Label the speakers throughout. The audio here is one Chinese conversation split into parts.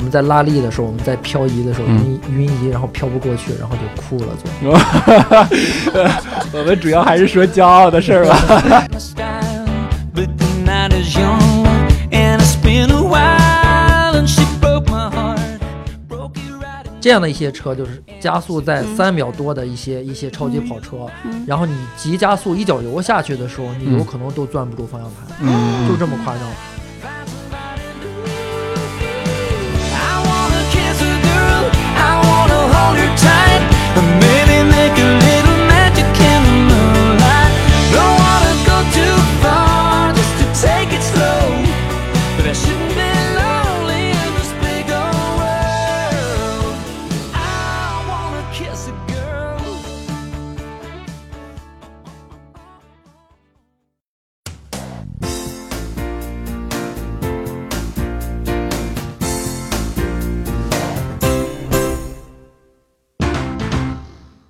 Speaker 1: 们在拉力的时候，我们在漂移的时候
Speaker 2: 嗯
Speaker 1: 晕晕移，然后漂不过去，然后就哭了。就
Speaker 2: 我们主要还是说骄傲的事儿吧。
Speaker 3: my style, but the night is young, and it's been a while, and she broke my heart, broke it right in
Speaker 1: 这样的一些车，就是加速在
Speaker 4: 嗯
Speaker 1: 三秒多的一些一些超级跑车，然后你急加速一脚油下去的时候，你有可能都攥不住方向盘，
Speaker 2: 嗯，
Speaker 1: 就这么夸张。
Speaker 3: I wanna kiss a girl, I wanna hold her tight, and maybe make a little magic in the moonlight. Don't wanna go too far, just to take it slow. But I shouldn't be lonely in this big old world. I wanna kiss a girl.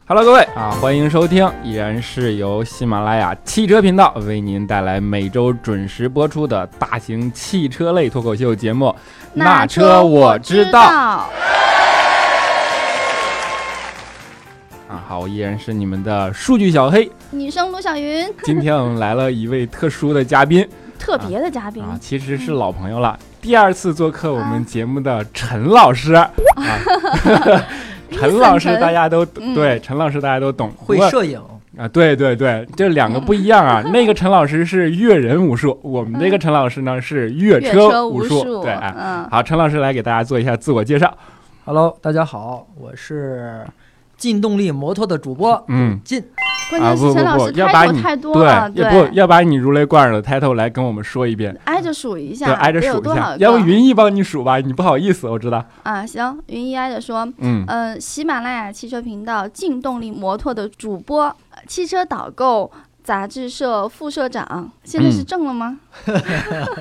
Speaker 2: Hello，各位啊，欢迎收听，依然是由喜马拉雅汽车频道为您带来每周准时播出的大型汽车类脱口秀节目《那车我知道》
Speaker 4: 道。
Speaker 2: 啊。好，我依然是你们的数据小黑。
Speaker 4: 女生卢小云，
Speaker 2: 今天我们来了一位特殊的嘉宾
Speaker 4: 特别的嘉宾，
Speaker 2: 啊，其实是老朋友了，第二次做客我们节目的陈老师啊。 陈老师大家都
Speaker 4: 嗯
Speaker 2: 对，陈老师大家都懂，
Speaker 1: 会
Speaker 2: 不过
Speaker 1: 摄影，
Speaker 2: 啊，对对对，这两个不一样 啊。那个陈老师是阅人无数，我们这个陈老师呢是阅
Speaker 4: 越
Speaker 2: 车
Speaker 4: 无
Speaker 2: 数。对，哎
Speaker 4: 嗯，
Speaker 2: 好，陈老师来给大家做一下自我介绍。
Speaker 1: Hello，大家好，我是劲动力摩托的主播，
Speaker 2: 嗯，
Speaker 1: 劲。
Speaker 4: 关
Speaker 2: 啊
Speaker 4: 键
Speaker 2: 不
Speaker 4: 是
Speaker 2: 不
Speaker 4: 陈老
Speaker 2: 不，
Speaker 4: 师
Speaker 2: 要把
Speaker 4: 开头
Speaker 2: 你
Speaker 4: 太多了，
Speaker 2: 也不要把你如雷贯耳的 title 来跟我们说一遍，
Speaker 4: 挨着数一
Speaker 2: 对，
Speaker 4: 下，
Speaker 2: 挨着
Speaker 4: 得有
Speaker 2: 数一
Speaker 4: 多
Speaker 2: 下
Speaker 4: 少。
Speaker 2: 要不
Speaker 4: 个
Speaker 2: 云逸帮你数吧，你不好意思，我知道。
Speaker 4: 啊？行，云一挨着说，
Speaker 2: 嗯
Speaker 4: 嗯，喜马拉雅汽车频道劲动力摩托的主播，呃汽车导购杂志社副社长，现在是
Speaker 2: 嗯
Speaker 4: 正了吗？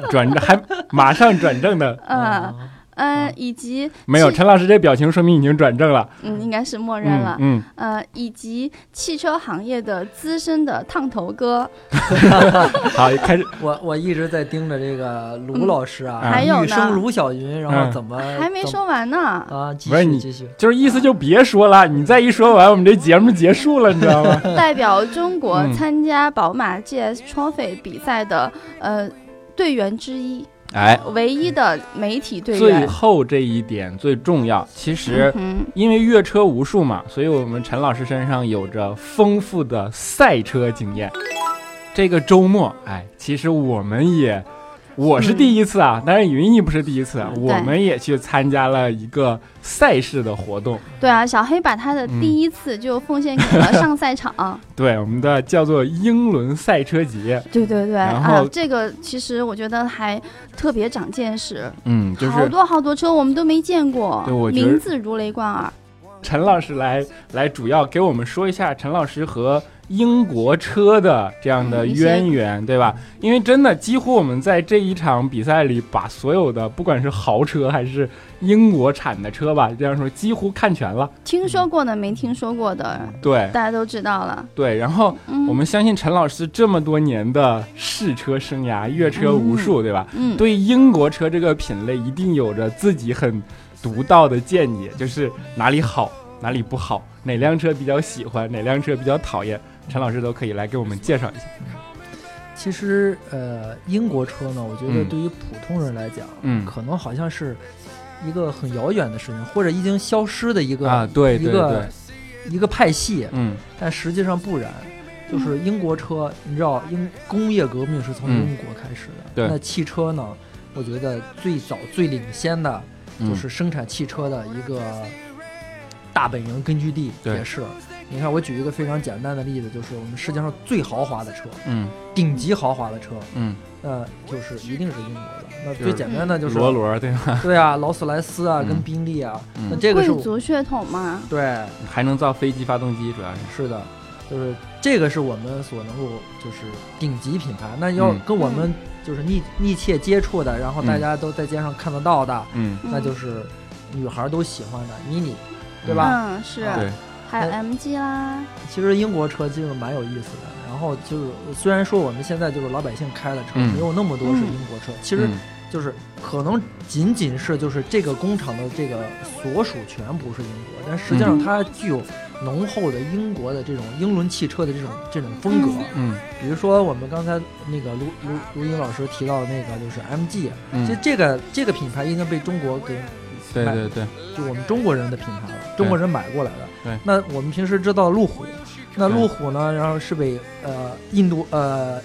Speaker 2: 转正还马上转正的
Speaker 4: 嗯
Speaker 2: 哦
Speaker 4: 嗯，以及
Speaker 2: 没有，
Speaker 4: 汽
Speaker 2: 陈老师这表情说明已经转正了。
Speaker 4: 嗯，应该是默认
Speaker 2: 嗯
Speaker 4: 了。
Speaker 2: 嗯，
Speaker 4: 呃，以及汽车行业的资深的烫头哥，
Speaker 2: 嗯好，开始
Speaker 1: 我我一直在盯着这个卢老师啊，
Speaker 2: 嗯还
Speaker 4: 有呢
Speaker 1: 女生卢小云，然后怎么、
Speaker 4: 还没
Speaker 1: 怎么
Speaker 4: 说完呢。
Speaker 1: 啊？继
Speaker 2: 嗯不是
Speaker 1: 续
Speaker 2: 你
Speaker 1: 继续，
Speaker 2: 就是意思就别说了，你再一说完，我们这节目结束了，你知道 吗？
Speaker 4: 代表中国
Speaker 2: 嗯
Speaker 4: 参加宝马 GS Trophy 比赛的呃队员之一，
Speaker 2: 哎，
Speaker 4: 唯一的媒体队
Speaker 2: 最
Speaker 4: 员。
Speaker 2: 后这一点最重要，其实
Speaker 4: 嗯
Speaker 2: 因为阅车无数嘛，所以我们陈老师身上有着丰富的赛车经验。这个周末，哎，其实我们也，我是第一次啊，当然云逸不是第一次，啊我们也去参加了一个赛事的活动。
Speaker 4: 哼，对啊，小黑把他
Speaker 2: 嗯
Speaker 4: 的第一次就奉献给了上赛场。
Speaker 2: 对，我们的叫做英伦赛车节，
Speaker 4: 对对对，
Speaker 2: 然
Speaker 4: 啊
Speaker 2: 后，
Speaker 4: 这个其实我觉得还特别长见识，
Speaker 2: 嗯，就
Speaker 4: 好
Speaker 2: 是
Speaker 4: 多好多车我们都没见过
Speaker 2: 对我，觉得
Speaker 4: 名字如雷贯耳。
Speaker 2: 陈老师来来主要给我们说一下陈老师和英国车的这样的
Speaker 4: 嗯一些
Speaker 2: 渊源，对吧？因为真的几乎我们在这一场比赛里，把所有的不管是豪车还是英国产的车吧，这样说几乎看全了。
Speaker 4: 听说过的没听说过的，
Speaker 2: 对
Speaker 4: 大家都知道了。
Speaker 2: 对，然后
Speaker 4: 嗯，
Speaker 2: 我们相信陈老师这么多年的试车生涯，阅车无数，对吧？
Speaker 4: 嗯，
Speaker 2: 对英国车这个品类一定有着自己很独到的见解，就是哪里好，哪里不好，哪辆车比较喜欢，哪辆车比较讨厌，陈老师都可以来给我们介绍一下。
Speaker 1: 其实呃，英国车呢，我觉得
Speaker 2: 嗯
Speaker 1: 对于普通人来讲，
Speaker 2: 嗯
Speaker 1: 可能好像是一个很遥远的事情，或者已经消失的一个、
Speaker 2: 啊，对对
Speaker 1: 一个
Speaker 2: 对，
Speaker 1: 一个派系，
Speaker 2: 嗯
Speaker 1: 但实际上不然。就是英国车，你知道英工业革命是从
Speaker 2: 嗯
Speaker 1: 英国开始的，
Speaker 2: 对
Speaker 1: 那汽车呢？我觉得最早最领先的
Speaker 2: 嗯
Speaker 1: 就是生产汽车的一个大本营根据地，
Speaker 2: 对
Speaker 1: 也是。你看，我举一个非常简单的例子，就是我们世界上最豪华的车，
Speaker 2: 嗯
Speaker 1: 顶级豪华的车，
Speaker 2: 嗯，
Speaker 1: 呃，就是一定是英国的。那
Speaker 2: 就是
Speaker 1: 最简单的就是
Speaker 2: 罗罗对吧？
Speaker 1: 对啊，劳斯莱斯啊，
Speaker 2: 嗯
Speaker 1: 跟宾利啊，
Speaker 2: 嗯
Speaker 1: 那这个是
Speaker 4: 贵
Speaker 1: 我
Speaker 4: 族血统嘛？
Speaker 1: 对，
Speaker 2: 还能造飞机发动机，主要是
Speaker 1: 是的，就是这个是我们所能够就是顶级品牌。那要
Speaker 2: 嗯
Speaker 1: 跟我们就是密密切接触的，然后大家都在街上看得到的，
Speaker 2: 嗯
Speaker 1: 那就
Speaker 4: 嗯
Speaker 1: 是女孩都喜欢的 mini。对
Speaker 2: 嗯
Speaker 1: 吧啊
Speaker 4: 嗯，是。
Speaker 2: 对，
Speaker 4: 还有
Speaker 1: 那
Speaker 4: MG 啦，
Speaker 2: 嗯
Speaker 1: 其实英国车就是蛮有意思的。然后就是，虽然说我们现在就是老百姓开的车
Speaker 2: 嗯
Speaker 1: 没有那么多是英国车，其实
Speaker 2: 嗯
Speaker 1: 就是可能仅仅是就是这个工厂的这个所属权不是英国，但实际上
Speaker 4: 嗯
Speaker 1: 它具有浓厚的英国的这种英伦汽车的这种这种风格。
Speaker 4: 嗯
Speaker 2: 嗯
Speaker 1: 比如说我们刚才那个卢卢卢英老师提到的那个就是 MG，其实
Speaker 2: 嗯，
Speaker 1: 这个这个品牌已经被中国给
Speaker 2: 对对对，
Speaker 1: 就我们中国人的品牌了，中国人买过来的。
Speaker 2: 对
Speaker 1: 那我们平时知道路虎，那
Speaker 2: 对
Speaker 1: 路虎呢，然后是被呃印度呃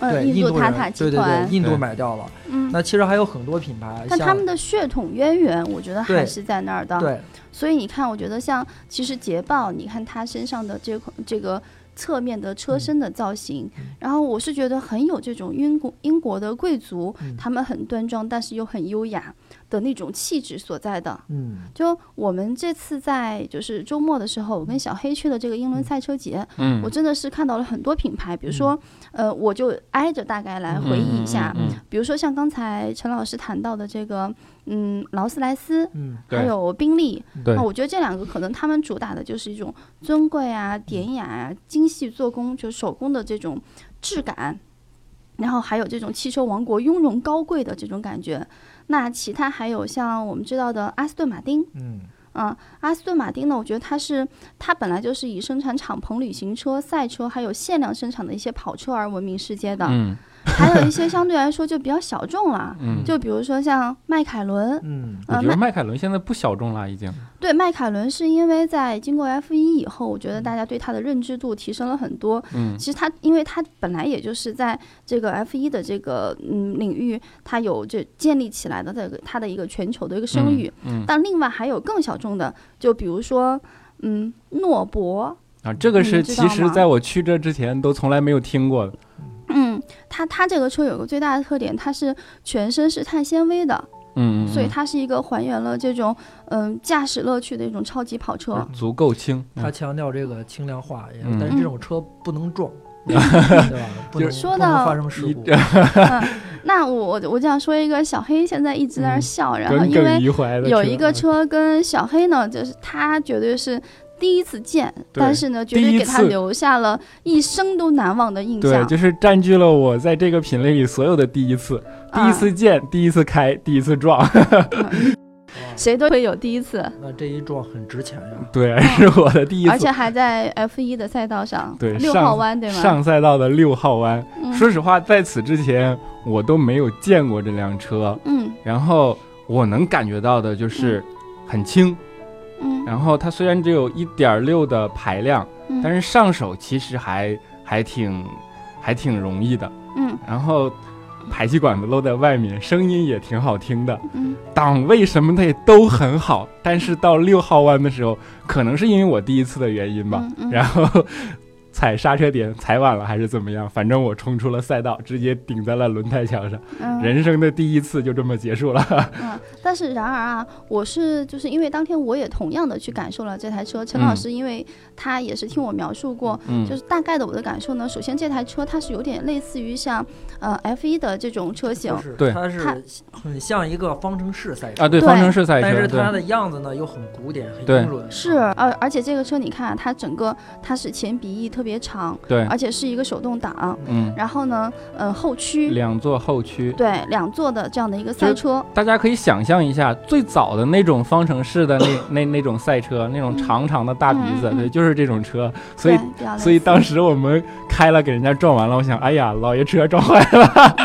Speaker 1: 对
Speaker 4: 嗯，印
Speaker 1: 度
Speaker 4: 塔
Speaker 1: 人
Speaker 4: 塔
Speaker 1: 对
Speaker 4: 集
Speaker 1: 对对
Speaker 4: 团，
Speaker 1: 印度
Speaker 2: 对
Speaker 1: 买掉了。
Speaker 4: 嗯，
Speaker 1: 那其实还有很多品牌，
Speaker 4: 但
Speaker 1: 像
Speaker 4: 他们的血统渊源，我觉得还
Speaker 1: 对
Speaker 4: 是在那儿的。
Speaker 1: 对
Speaker 4: 所以你看，我觉得像其实捷豹，你看它身上的这款这个侧面的车身的造型，
Speaker 1: 嗯
Speaker 4: 然后我是觉得很有这种英国英国的贵族，
Speaker 1: 嗯
Speaker 4: 他们很端庄，但是又很优雅的那种气质所在的。
Speaker 1: 嗯
Speaker 4: 就我们这次在就是周末的时候，我跟小黑去了这个英伦赛车节，
Speaker 2: 嗯
Speaker 4: 我真的是看到了很多品牌，比如说，呃，我就挨着大概来回忆一下，
Speaker 2: 嗯嗯嗯
Speaker 4: 比如说像刚才陈老师谈到的这个，嗯，劳斯莱斯，
Speaker 1: 嗯
Speaker 2: 对
Speaker 4: 还有宾利，
Speaker 2: 对
Speaker 4: 那我觉得这两个可能他们主打的就是一种尊贵啊、典雅啊、精细做工，就手工的这种质感，然后还有这种汽车王国雍容高贵的这种感觉。那其他还有像我们知道的阿斯顿马丁，
Speaker 1: 嗯
Speaker 4: 嗯，阿斯顿马丁呢，我觉得它是它本来就是以生产敞篷旅行车、赛车还有限量生产的一些跑车而闻名世界的，
Speaker 2: 嗯，
Speaker 4: 还有一些相对来说就比较小众了
Speaker 2: 嗯，
Speaker 4: 就比如说像迈凯伦，
Speaker 1: 嗯
Speaker 2: 我
Speaker 4: 呃
Speaker 2: 觉得
Speaker 4: 迈
Speaker 2: 迈凯伦现在不小众了，已经。
Speaker 4: 对迈凯伦是因为在经过 F 一以后，我觉得大家对它的认知度提升了很多。
Speaker 2: 嗯
Speaker 4: 其实它，因为它本来也就是在这个 F 一的这个嗯领域，它有这建立起来的这个它的一个全球的一个声誉。
Speaker 2: 嗯
Speaker 4: 但另外还有更小众的，就比如说嗯诺博，
Speaker 2: 啊，这个
Speaker 4: 你
Speaker 2: 是
Speaker 4: 嗯知
Speaker 2: 其
Speaker 4: 道
Speaker 2: 实
Speaker 4: 吗
Speaker 2: 在我去这之前都从来没有听过的。
Speaker 4: 嗯，它它这个车有个最大的特点，它是全身是碳纤维的，
Speaker 2: 嗯，嗯
Speaker 4: 所以
Speaker 2: 嗯
Speaker 4: 它是一个还原了这种嗯驾驶乐趣的一种超级跑 车。
Speaker 2: 足够轻。
Speaker 1: 他强调这个轻量化，也
Speaker 2: 嗯
Speaker 1: 但是这种车不能 撞，对吧？不能
Speaker 2: 就是
Speaker 4: 说
Speaker 1: 不能
Speaker 4: 到
Speaker 1: 发生事
Speaker 2: 一
Speaker 1: 故。啊
Speaker 4: 嗯那我我我就想说一个小黑现在一直在那儿
Speaker 2: 嗯
Speaker 4: 笑，然后
Speaker 2: 耿
Speaker 4: 因
Speaker 2: 耿
Speaker 4: 为
Speaker 2: 于怀的嗯
Speaker 4: 有一个车跟小黑呢，就是他绝对是第一次见，
Speaker 2: 对
Speaker 4: 但是呢，绝
Speaker 2: 第
Speaker 4: 对
Speaker 2: 一
Speaker 4: 给他
Speaker 2: 次
Speaker 4: 留下了一生都难忘的印
Speaker 2: 对，
Speaker 4: 象。
Speaker 2: 就是占据了我在这个品类里所有的第一次，第一
Speaker 4: 嗯
Speaker 2: 次见，第一次开，第一次撞。
Speaker 4: 啊、嗯谁都会有第一次，
Speaker 1: 那这一撞很值钱呀，
Speaker 2: 对，是我的第一
Speaker 4: 嗯而
Speaker 2: 次
Speaker 4: 且。还在 F 一的赛道上，
Speaker 2: 对
Speaker 4: 六
Speaker 2: 上
Speaker 4: 号弯对吗？
Speaker 2: 上赛道的六号弯，
Speaker 4: 嗯
Speaker 2: 说实话，在此之前我都没有见过这辆车。
Speaker 4: 嗯
Speaker 2: 然后我能感觉到的就是很轻，
Speaker 4: 嗯
Speaker 2: 然后它虽然只有一点六的排量，
Speaker 4: 嗯，
Speaker 2: 但是上手其实还还挺还挺容易的。
Speaker 4: 嗯
Speaker 2: 然后排气管子露在外面，声音也挺好听的，
Speaker 4: 嗯
Speaker 2: 档位什么的也都很好。但是到六号弯的时候，可能是因为我第一次的原因吧，
Speaker 4: 嗯 嗯
Speaker 2: 然后踩刹车点踩晚了还是怎么样，反正我冲出了赛道，直接顶在了轮胎墙上，
Speaker 4: 嗯
Speaker 2: 人生的第一次就这么结 束了。
Speaker 4: 嗯，但是然而啊，我是就是因为当天我也同样的去感受了这台车。陈
Speaker 2: 嗯
Speaker 4: 老师因为他也是听我描述过，
Speaker 2: 嗯
Speaker 4: 就是大概的我的感受呢。首先，这台车它是有点类似于像呃 F 1的这种车型
Speaker 1: 就，是
Speaker 2: 对
Speaker 1: 它
Speaker 4: 它
Speaker 1: 是很像一个方程式赛车
Speaker 2: 啊，对，
Speaker 4: 对
Speaker 2: 方程式赛
Speaker 1: 但
Speaker 2: 车，
Speaker 1: 是
Speaker 2: 对
Speaker 1: 它，的样子呢又很古典，很
Speaker 2: 对
Speaker 1: 英伦。啊
Speaker 4: 是而而且这个车你看、啊，它整个它是前鼻翼特别长，
Speaker 2: 对，
Speaker 4: 而且是一个手动挡，
Speaker 2: 嗯，
Speaker 4: 然后呢，呃后驱
Speaker 2: 两座后驱。
Speaker 4: 对两座的这样的一个
Speaker 2: 就
Speaker 4: 赛
Speaker 2: 是
Speaker 4: 车，
Speaker 2: 大家可以想象一下，最早的那种方程式的那那那种赛车，那种
Speaker 4: 嗯
Speaker 2: 长长的大鼻子，
Speaker 4: 嗯嗯嗯
Speaker 2: 对，就是这种车。所以
Speaker 4: 对啊比较类
Speaker 2: 所以
Speaker 4: 似
Speaker 2: 当时我们开了，给人家撞完了。我想，哎呀，老爷车撞坏了。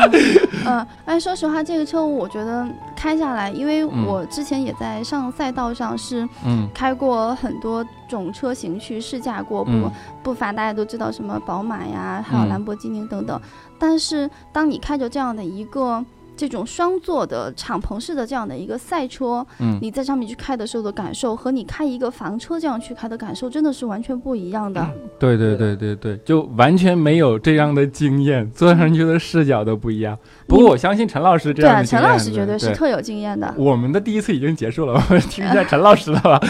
Speaker 4: 嗯，哎，说实话，这个车我觉得开下来，因为
Speaker 2: 嗯
Speaker 4: 我之前也在上赛道上是
Speaker 2: 嗯
Speaker 4: 开过很多种车型去试驾过，不、
Speaker 2: 嗯
Speaker 4: 不乏大家都知道什么宝马呀，还有
Speaker 2: 嗯
Speaker 4: 兰博基尼等等。但是当你开着这样的一个这种双座的敞篷式的这样的一个赛车，
Speaker 2: 嗯，
Speaker 4: 你在上面去开的时候的感受，和你开一个房车这样去开的感受，真的是完全不一样的。
Speaker 2: 对对对对对，就完全没有这样的经验，坐上去的视角都不一样。不过我相信陈老师这
Speaker 4: 对
Speaker 2: 样
Speaker 4: 啊，
Speaker 2: 的经
Speaker 4: 陈
Speaker 2: 验，
Speaker 4: 老师绝对是
Speaker 2: 对
Speaker 4: 特有经验的。嗯
Speaker 2: 我们的第一次已经结束了，我 们听一下陈老师的吧。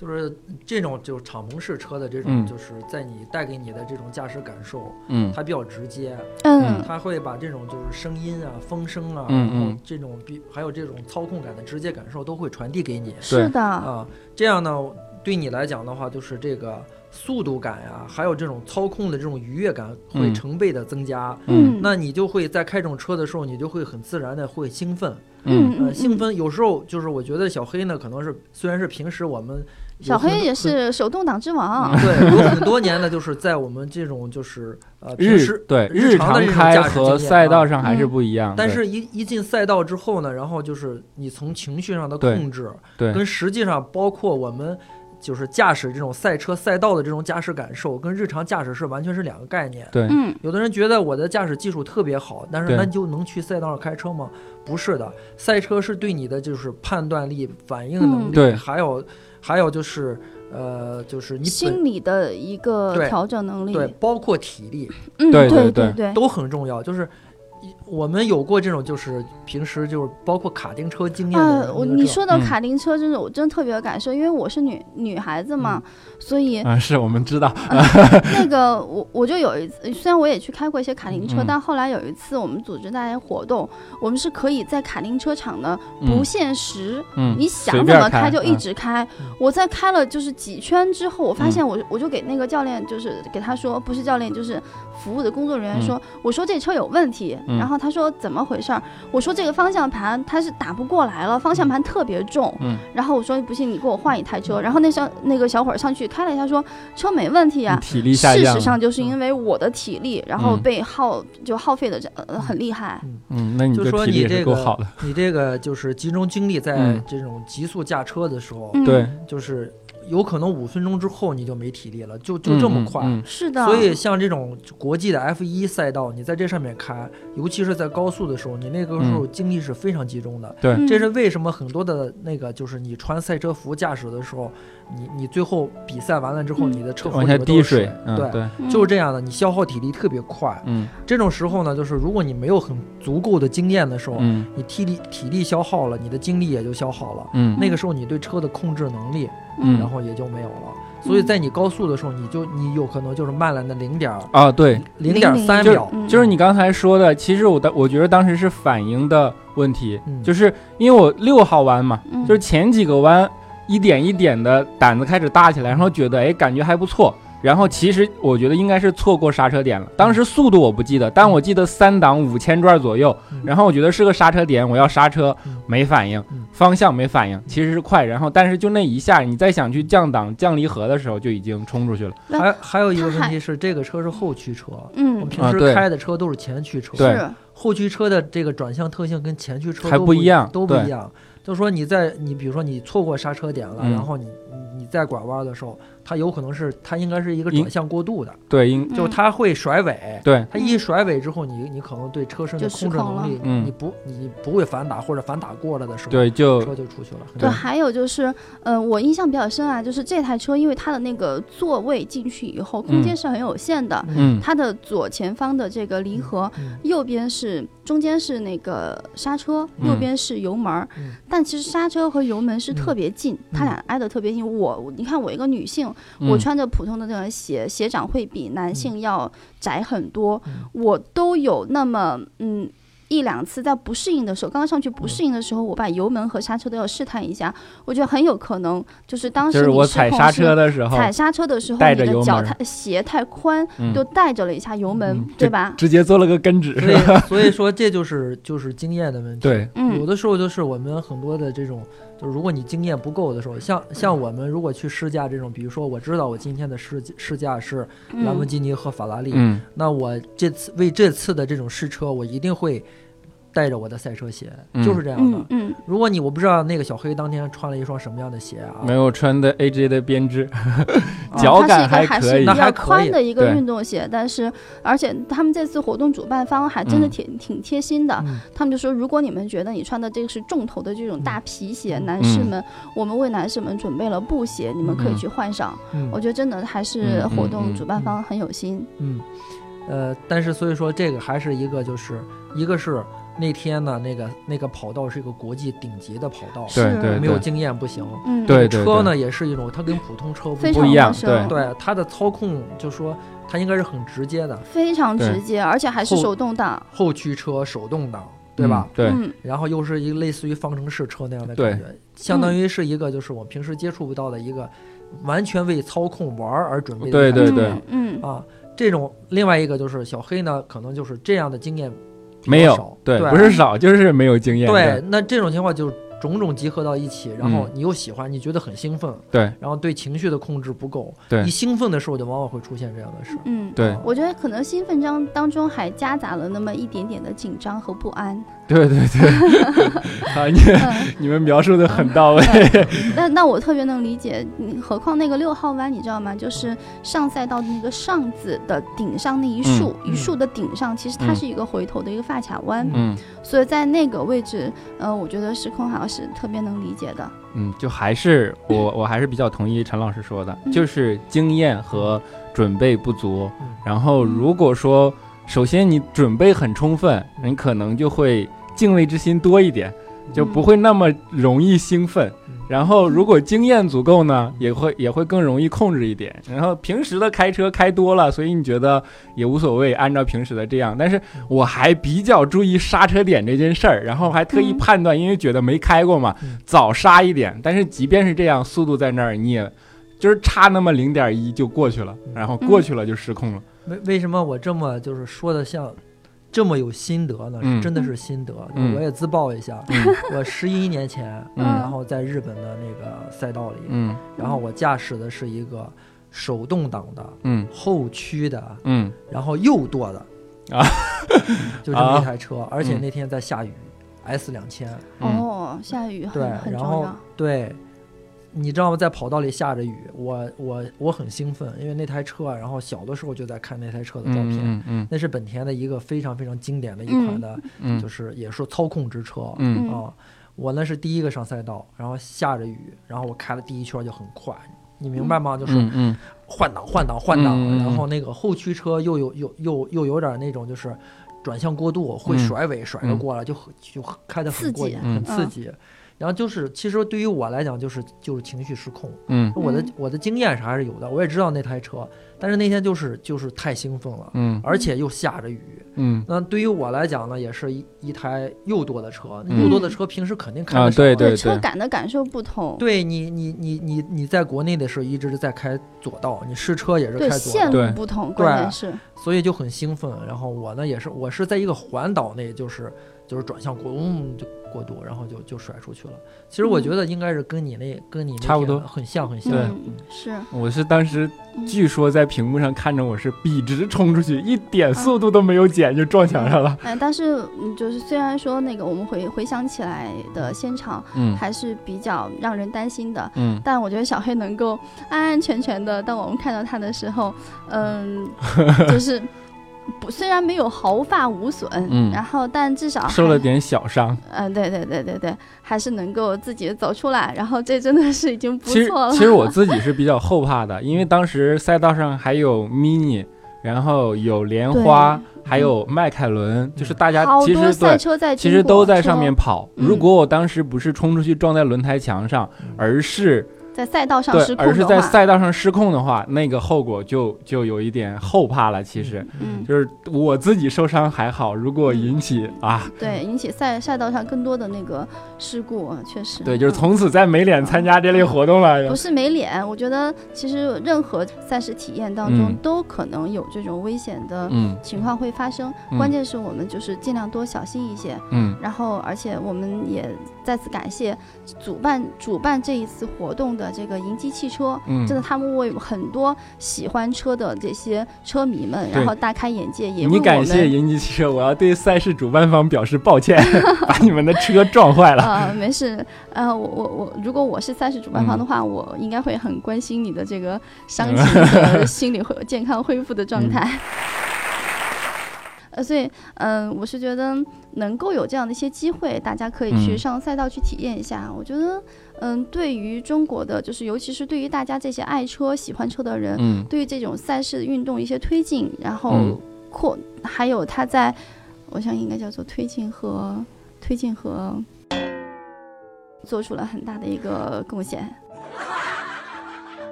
Speaker 1: 就是这种就是敞篷式车的这种，
Speaker 2: 嗯
Speaker 1: 就是在你带给你的这种驾驶感受，
Speaker 2: 嗯
Speaker 1: 它比较直接，
Speaker 4: 嗯
Speaker 1: 它会把这种就是声音啊、风声啊，
Speaker 2: 嗯
Speaker 1: 然后
Speaker 2: 嗯
Speaker 1: 这种比还有这种操控感的直接感受都会传递给你啊
Speaker 4: 是的，
Speaker 1: 啊。这样呢，对你来讲的话，就是这个速度感呀、还有这种操控的这种愉悦感会
Speaker 2: 嗯
Speaker 1: 成倍的增加。
Speaker 2: 嗯
Speaker 1: 那你就会在开这种车的时候，你就会很自然的会兴奋，
Speaker 2: 嗯
Speaker 1: 呃，兴奋有时候就是我觉得小黑呢，可能是虽然是平时我们有
Speaker 4: 小黑
Speaker 1: 很
Speaker 4: 也
Speaker 1: 很
Speaker 4: 是手动挡之王，
Speaker 2: 啊嗯
Speaker 1: 对，有很多年呢，就是在我们这种就是呃平
Speaker 2: 日
Speaker 1: 时，
Speaker 2: 对
Speaker 1: 日常的
Speaker 2: 常
Speaker 1: 这种
Speaker 2: 开
Speaker 1: 驾驶
Speaker 2: 和
Speaker 1: 经验
Speaker 2: 赛道
Speaker 1: 啊
Speaker 2: 上还是
Speaker 4: 嗯
Speaker 2: 不一样，
Speaker 1: 但
Speaker 2: 对
Speaker 1: 是一一进赛道之后呢，然后就是你从情绪上的
Speaker 2: 对
Speaker 1: 控制，
Speaker 2: 对
Speaker 1: 跟实际上包括我们。就是驾驶这种赛车赛道的这种驾驶感受，跟日常驾驶是完全是两个概念。
Speaker 2: 对
Speaker 4: 嗯
Speaker 1: 有的人觉得我的驾驶技术特别好，但是
Speaker 2: 对
Speaker 1: 那你就能去赛道上开车吗？不是的，赛车是对你的就是判断力、反应能
Speaker 4: 嗯
Speaker 1: 力，
Speaker 2: 对
Speaker 1: 还有还有就是呃，就是你本
Speaker 4: 心理的一个
Speaker 1: 对
Speaker 4: 调整能力，
Speaker 1: 对，包括体力
Speaker 4: 嗯，
Speaker 2: 对对
Speaker 4: 对
Speaker 2: 对
Speaker 4: 对，
Speaker 1: 都很重要。就是一我们有过这种，就是平时就是包括卡丁车经验的
Speaker 4: 啊，
Speaker 1: 人，
Speaker 4: 我
Speaker 1: 就
Speaker 4: 你
Speaker 1: 知道
Speaker 4: 说到
Speaker 2: 嗯
Speaker 4: 卡丁车，真是我真特别有感受，因为我是女女孩子嘛，所以
Speaker 2: 啊，是我们知道，
Speaker 4: 那个我我就有一次，虽然我也去开过一些卡丁车，
Speaker 2: 嗯
Speaker 4: 但后来有一次我们组织大家活动，我们是可以在卡丁车场的
Speaker 2: 嗯
Speaker 4: 不限时，
Speaker 2: 嗯，
Speaker 4: 你
Speaker 2: 随
Speaker 4: 想怎
Speaker 2: 便
Speaker 4: 么
Speaker 2: 开
Speaker 4: 就一
Speaker 2: 嗯
Speaker 4: 直开。
Speaker 1: 嗯
Speaker 4: 我在开了就是几圈之后，我发
Speaker 2: 嗯
Speaker 4: 现我、我就给那个教练，就是给他说，不是教练，就是服务的工作人员
Speaker 2: 嗯
Speaker 4: 说，我说这车有问题，
Speaker 2: 嗯
Speaker 4: 然后他说怎么回事儿？我说这个方向盘它是打不过来了，方向盘特别重。
Speaker 2: 嗯
Speaker 4: 然后我说不信你给我换一台车。然后那小那个小伙儿上去开了一下说，车没问题
Speaker 2: 你
Speaker 4: 啊。
Speaker 2: 体力嗯下
Speaker 4: 事
Speaker 2: 降
Speaker 4: 实
Speaker 2: 了，
Speaker 4: 上，就是因为我的体力，然后
Speaker 2: 嗯
Speaker 4: 被耗就耗费的这呃很厉害。
Speaker 2: 嗯，那你
Speaker 1: 就
Speaker 2: 的
Speaker 1: 说
Speaker 2: 体
Speaker 1: 你
Speaker 2: 力是
Speaker 1: 这
Speaker 2: 够
Speaker 1: 个
Speaker 2: 好的，
Speaker 1: 你这个就是集中精力在
Speaker 2: 嗯
Speaker 1: 这种急速驾车的时候，
Speaker 4: 嗯，
Speaker 2: 对，
Speaker 1: 就是有可能五分钟之后你就没体力了，就就
Speaker 2: 嗯
Speaker 1: 这么
Speaker 2: 嗯
Speaker 1: 快。
Speaker 2: 嗯
Speaker 4: 是的。
Speaker 1: 所以，像这种国际的 F 一赛道，你在这上面开，尤其是在高速的时候，你那个时
Speaker 2: 嗯
Speaker 1: 候精力是非常集
Speaker 4: 嗯
Speaker 1: 中的。
Speaker 2: 对
Speaker 1: 这是为什么很多的那个，就是你穿赛车服驾驶的时候，你你最后比赛完了之后，
Speaker 4: 嗯
Speaker 1: 你的车服
Speaker 2: 往
Speaker 1: 里
Speaker 2: 下
Speaker 1: 面都
Speaker 2: 滴
Speaker 1: 是
Speaker 2: 水
Speaker 1: 水，，
Speaker 2: 嗯，
Speaker 1: 对，
Speaker 2: 对，
Speaker 4: 嗯
Speaker 1: 就是这样的，你消耗体力特别快。
Speaker 2: 嗯
Speaker 1: 这种时候呢，就是如果你没有很足够的经验的时候，
Speaker 2: 嗯
Speaker 1: 你体力体力消耗了，你的精力也就消耗了。
Speaker 2: 嗯，
Speaker 1: 那个时候你对车的控制能力，
Speaker 2: 嗯
Speaker 1: 然后也就没有了。所以在你高速的时候，你就你有可能就是慢了那零点
Speaker 2: 啊，对，
Speaker 1: 零嗯点三
Speaker 2: 就
Speaker 1: 秒，
Speaker 2: 就是你刚才说的，其实我当我觉得当时是反应的问题，
Speaker 1: 嗯
Speaker 2: 就是因为我六号弯嘛，
Speaker 4: 嗯
Speaker 2: 就是前几个弯一点一点的胆子开始大起来，然后觉得哎感觉还不错，然后其实我觉得应该是错过刹车点了。当时速度我不记得，但我记得三档五千转左右
Speaker 1: 嗯，
Speaker 2: 然后我觉得是个刹车点，我要刹车
Speaker 1: 嗯
Speaker 2: 没反应
Speaker 1: 嗯，
Speaker 2: 方向没反应，其实是快，然后但是就那一下，你再想去降档降离合的时候就已经冲出去了。
Speaker 1: 还还有一个
Speaker 4: 它
Speaker 1: 问
Speaker 4: 还
Speaker 1: 题是，这个车是后驱车，我们
Speaker 4: 嗯，
Speaker 1: 平
Speaker 2: 啊
Speaker 1: 时
Speaker 2: 对
Speaker 1: 开的车都是前驱车，
Speaker 2: 对
Speaker 4: 是
Speaker 1: 后驱车的这个转向特性跟前驱车
Speaker 2: 还
Speaker 1: 都
Speaker 2: 不
Speaker 1: 不
Speaker 2: 一样
Speaker 1: 都不
Speaker 2: 对
Speaker 1: 一样。就说你在你比如说你错过刹车点了，
Speaker 2: 嗯
Speaker 1: 然后你你你再拐弯的时候，它有可能是它应该是一个
Speaker 2: 应
Speaker 1: 转向过度的，
Speaker 2: 对，应
Speaker 1: 就
Speaker 4: 嗯
Speaker 1: 它会甩尾。
Speaker 2: 对，
Speaker 1: 它一甩尾之后，你你可能对车身的
Speaker 4: 就失
Speaker 1: 控制
Speaker 4: 控了
Speaker 1: 能力，
Speaker 2: 嗯
Speaker 1: 你不你不会反打或者反打过了的时候，
Speaker 2: 对，就
Speaker 1: 车就出去了。很多
Speaker 4: 对，还有就是，呃，我印象比较深啊，就是这台车，因为它的那个座位进去以后，空
Speaker 2: 嗯
Speaker 4: 间是很有限的，
Speaker 2: 嗯
Speaker 4: 它的左前方的这个离合，
Speaker 1: 嗯
Speaker 4: 右边是中间是那个刹车，右
Speaker 2: 嗯
Speaker 4: 边是油门儿，
Speaker 1: 嗯
Speaker 4: 但其实刹车和油门是特
Speaker 1: 嗯
Speaker 4: 别近，它俩挨得特别近。我，你看我一个女性，
Speaker 2: 嗯
Speaker 4: 我穿着普通的那种鞋，鞋掌会比男性要窄很多，
Speaker 1: 嗯
Speaker 4: 我都有那么嗯。一两次在不适应的时候，刚刚上去不
Speaker 2: 嗯
Speaker 4: 适应的时候，我把油门和刹车都要试探一下。我觉得很有可能就是当
Speaker 2: 就
Speaker 4: 时
Speaker 2: 是
Speaker 4: 你
Speaker 2: 我
Speaker 4: 失
Speaker 2: 踩
Speaker 4: 控
Speaker 2: 刹
Speaker 4: 是
Speaker 2: 车的时候，
Speaker 4: 踩刹车的时候，
Speaker 2: 带
Speaker 4: 你
Speaker 2: 着油
Speaker 4: 的脚
Speaker 2: 门
Speaker 4: 太鞋太宽，
Speaker 2: 嗯
Speaker 4: 就带着了一下油门
Speaker 2: 嗯，
Speaker 4: 对吧？
Speaker 2: 直接做了个跟指，
Speaker 1: 所以所以说这就是就是经验的问题。
Speaker 2: 对，
Speaker 1: 有
Speaker 4: 嗯
Speaker 1: 的时候就是我们很多的这种，就是如果你经验不够的时候，像像我们如果去试驾这种，比如说我知道我今天的试试驾是兰博
Speaker 4: 嗯，
Speaker 1: 基尼和法拉利，
Speaker 2: 嗯，
Speaker 1: 那我这次为这次的这种试车，我一定会带着我的赛车鞋，
Speaker 2: 嗯
Speaker 1: 就是这样的
Speaker 4: 嗯。嗯，
Speaker 1: 如果你我不知道那个小黑当天穿了一双什么样的鞋啊
Speaker 2: 没，有穿的 AJ 的编织，
Speaker 1: 啊
Speaker 2: 脚
Speaker 4: 它是
Speaker 2: 感
Speaker 4: 一个还
Speaker 2: 可
Speaker 4: 是
Speaker 2: 以
Speaker 4: 比
Speaker 1: 那，还
Speaker 4: 较
Speaker 1: 可以
Speaker 4: 宽的一个
Speaker 2: 对
Speaker 4: 运动鞋，但是而且他们这次活动主办方还真的
Speaker 2: 嗯
Speaker 4: 挺、挺贴心的，
Speaker 1: 嗯
Speaker 4: 他们就说，如果你们觉得你穿的这个是重头的这种大皮鞋，
Speaker 1: 嗯
Speaker 4: 男士们，我们为男士们准备了布鞋，你们可以
Speaker 2: 嗯
Speaker 4: 去换上。
Speaker 1: 嗯
Speaker 4: 我觉得真的还是
Speaker 2: 嗯
Speaker 4: 活
Speaker 2: 嗯嗯
Speaker 4: 动主办方很有心。
Speaker 1: 嗯，呃，但是所以说这个还是一个就是一个是那天呢那个那个跑道是一个国际顶级的跑道，
Speaker 2: 对
Speaker 4: 是
Speaker 2: 对
Speaker 1: 没有
Speaker 2: 对
Speaker 1: 经验不行。
Speaker 4: 嗯，
Speaker 2: 对
Speaker 1: 车呢也是一种，它跟普通车不
Speaker 4: 非
Speaker 1: 一
Speaker 4: 常
Speaker 2: 不一样
Speaker 4: 陌生，
Speaker 1: 对它的操控，就说它应该是很直接的，
Speaker 4: 非常
Speaker 2: 对
Speaker 4: 直接，而且还是
Speaker 1: 后
Speaker 4: 手动挡。
Speaker 1: 后驱车手动挡，对吧？？
Speaker 2: 对，
Speaker 4: 嗯
Speaker 1: 然后又是一个类似于方程式车那样的感觉，相当于是一个就是我平时接触不到的一个完全为操控玩儿而准备的
Speaker 2: 对
Speaker 1: 感觉
Speaker 2: 对对
Speaker 4: 嗯，嗯
Speaker 1: 啊，这种另外一个就是小黑呢，可能就是这样的经验比较
Speaker 2: 没
Speaker 1: 少
Speaker 2: 有，
Speaker 1: 对，
Speaker 2: 不是少，就是没有经验。
Speaker 1: 对，那这种情况就是种种集合到一起，然后
Speaker 2: 嗯
Speaker 1: 你又喜欢，你觉得很兴奋，
Speaker 2: 对，
Speaker 1: 然后对情绪的控制不够，
Speaker 2: 对
Speaker 1: 一兴奋的时候就往往会出现这样的事。
Speaker 4: 嗯，
Speaker 2: 对
Speaker 4: 我觉得可能兴奋当当中还夹杂了那么一点点的紧张和不 安。
Speaker 2: 对对对，啊，你
Speaker 4: 嗯，
Speaker 2: 你们描述的很到位。
Speaker 4: 那那我特别能理解，嗯何况那个六号弯，你知道吗？就是上赛道的那个上字的顶上那一竖，
Speaker 1: 嗯
Speaker 4: 一竖的顶上，其实它
Speaker 2: 嗯
Speaker 4: 是一个回头的一个发卡弯，
Speaker 2: 嗯
Speaker 4: 所以在那个位置，呃，我觉得时空好像是特别能理解的。
Speaker 2: 嗯，就还是我我还是比较同意陈老师说的，
Speaker 4: 嗯
Speaker 2: 就是经验和准备不足。
Speaker 1: 嗯
Speaker 2: 然后如果说首先你准备很充分，你可能就会敬畏之心多一点，就不会那么容易兴奋。
Speaker 1: 嗯
Speaker 2: 然后如果经验足够呢，也会也会更容易控制一点。然后平时的开车开多了，所以你觉得也无所谓，按照平时的这样。但是我还比较注意刹车点这件事儿，然后还特意
Speaker 4: 嗯
Speaker 2: 判断，因为觉得没开过嘛
Speaker 1: 嗯，
Speaker 2: 早刹一点。但是即便是这样，速度在那儿，你也就是差那么零点一就过去了，然后过去了就失控了。
Speaker 1: 为为什么我这么就是说的像这么有心得呢？
Speaker 2: 嗯
Speaker 1: 真的是心得，
Speaker 2: 嗯
Speaker 1: 我也自曝一下，
Speaker 2: 嗯
Speaker 1: 我十一年前，
Speaker 2: 嗯
Speaker 1: 然后在日本的那个赛道里，
Speaker 2: 嗯
Speaker 1: 然后我驾驶的是一个手动挡的
Speaker 2: 嗯
Speaker 1: 后驱的，
Speaker 2: 嗯
Speaker 1: 然后右舵的
Speaker 2: 啊，
Speaker 1: 就这么
Speaker 2: 啊
Speaker 1: 一台车，而且
Speaker 2: 嗯
Speaker 1: 那天在下雨，S 两千，
Speaker 2: 嗯
Speaker 4: 哦，下雨很
Speaker 1: 对，
Speaker 4: 很
Speaker 1: 然
Speaker 4: 重
Speaker 1: 后
Speaker 4: 要。
Speaker 1: 对，你知道吗？在跑道里下着雨，我我我很兴奋，因为那台车，啊然后小的时候就在看那台车的照片，
Speaker 2: 嗯嗯
Speaker 1: 那是本田的一个非常非常经典的一款的，
Speaker 2: 嗯
Speaker 1: 就是也是操控之车、
Speaker 2: 嗯
Speaker 4: 嗯
Speaker 1: 啊。我呢是第一个上赛道，然后下着雨，然后我开了第一圈就很快，你明白吗？就是
Speaker 2: 嗯嗯
Speaker 1: 换挡、换挡、换挡，
Speaker 2: 嗯嗯嗯
Speaker 1: 然后那个后驱车又有又又又有点那种就是转向过度，会
Speaker 2: 嗯
Speaker 1: 甩尾甩着过来，就很就很开得
Speaker 4: 刺
Speaker 1: 很
Speaker 4: 激啊
Speaker 1: 过瘾，
Speaker 2: 嗯
Speaker 1: 很刺激。然后就是，其实对于我来讲，就是就是情绪失控。
Speaker 2: 嗯
Speaker 1: 我的
Speaker 4: 嗯
Speaker 1: 我的经验是还是有的，我也知道那台车，但是那天就是就是太兴奋了，
Speaker 2: 嗯
Speaker 1: 而且又下着雨。
Speaker 2: 嗯
Speaker 1: 那对于我来讲呢，也是一一台右舵的车，那
Speaker 2: 嗯
Speaker 1: 右舵的车平时肯定开
Speaker 2: 啊
Speaker 1: 得少
Speaker 2: 对对
Speaker 4: 车感的感受不同，
Speaker 1: 对你你你你你在国内的时候一直是在开左道，你试车也是
Speaker 4: 对
Speaker 1: 开左道
Speaker 4: 线。
Speaker 2: 对
Speaker 4: 路不同，
Speaker 1: 对
Speaker 4: 关键是
Speaker 1: 所以就很兴奋。然后我呢也是，我是在一个环岛内，就是就是转向过，嗯，就过度，然后就就甩出去了。其实我觉得应该是跟你那跟你那
Speaker 2: 差不多
Speaker 1: 天很像很像。
Speaker 2: 对
Speaker 4: 嗯是
Speaker 2: 我是当时据说在屏幕上看着我是笔直冲出去，一点速度都没有减就撞墙上了。
Speaker 4: 哎，但是嗯就是虽然说那个我们回回想起来的现场
Speaker 2: 嗯
Speaker 4: 还是比较让人担心的，
Speaker 2: 嗯，
Speaker 4: 但我觉得小黑能够安安全全的，当我们看到他的时候， 嗯，就是不虽然没有毫发无损，
Speaker 2: 嗯
Speaker 4: 然后但至少
Speaker 2: 受了
Speaker 4: 还
Speaker 2: 点小伤。
Speaker 4: 嗯，对对对对对，还是能够自己走出来，然后这真的是已经不
Speaker 2: 其实
Speaker 4: 错了。
Speaker 2: 其实我自己是比较后怕的，因为当时赛道上还有 mini，然后有莲花，还有迈凯伦，就是大家
Speaker 4: 嗯好
Speaker 2: 其
Speaker 4: 多
Speaker 2: 实
Speaker 4: 赛
Speaker 2: 对。
Speaker 4: 车在
Speaker 2: 其
Speaker 4: 经
Speaker 2: 实
Speaker 4: 过
Speaker 2: 都在
Speaker 4: 车
Speaker 2: 上面跑。
Speaker 4: 嗯
Speaker 2: 如果我当时不是冲出去撞在轮胎墙上，
Speaker 1: 嗯
Speaker 2: 而是
Speaker 4: 在赛道上
Speaker 2: 对，
Speaker 4: 失控
Speaker 2: 而是
Speaker 4: 的
Speaker 2: 在
Speaker 4: 话，
Speaker 2: 赛道上失控的话，那个后果就就有一点后怕了。其实，
Speaker 4: 嗯，
Speaker 2: 就是我自己受伤还好，如果引起啊，
Speaker 4: 对，引起赛赛道上更多的那个事故，确实。
Speaker 2: 对，就是
Speaker 4: 嗯
Speaker 2: 从此再没脸参加这类活动
Speaker 4: 不
Speaker 2: 了。
Speaker 4: 是没脸，我觉得其实任何赛事体验当中
Speaker 2: 嗯
Speaker 4: 都可能有这种危险的
Speaker 2: 嗯
Speaker 4: 情况会发生，
Speaker 2: 嗯
Speaker 4: 关键是我们就是尽量多小心一些。
Speaker 2: 嗯
Speaker 4: 然后，而且我们也再次感谢主办主办这一次活动的这个银基汽车，
Speaker 2: 嗯
Speaker 4: 真的他们为很多喜欢车的这些车迷们，
Speaker 2: 对
Speaker 4: 然后大开眼界，也为
Speaker 2: 你
Speaker 4: 我
Speaker 2: 感谢
Speaker 4: 们。
Speaker 2: 银吉汽车，我要对赛事主办方表示抱 歉，把你们的车撞坏了。
Speaker 4: 呃，没事，呃，我我我，如果我是赛事主办
Speaker 2: 嗯
Speaker 4: 方的话，我应该会很关心你的这个伤情 和心理恢健康恢复的
Speaker 2: 嗯
Speaker 4: 状态。 呃，所以，嗯、我是觉得能够有这样的一些机会，大家可以去
Speaker 2: 嗯
Speaker 4: 上赛道去体验一下。我觉得，嗯、对于中国的，就是尤其是对于大家这些爱车、喜欢车的人，
Speaker 2: 嗯
Speaker 4: 对于这种赛事运动一些推进，然后
Speaker 2: 嗯
Speaker 4: 扩，还有它在，我想应该叫做推进和推进和做出了很大的一个贡献。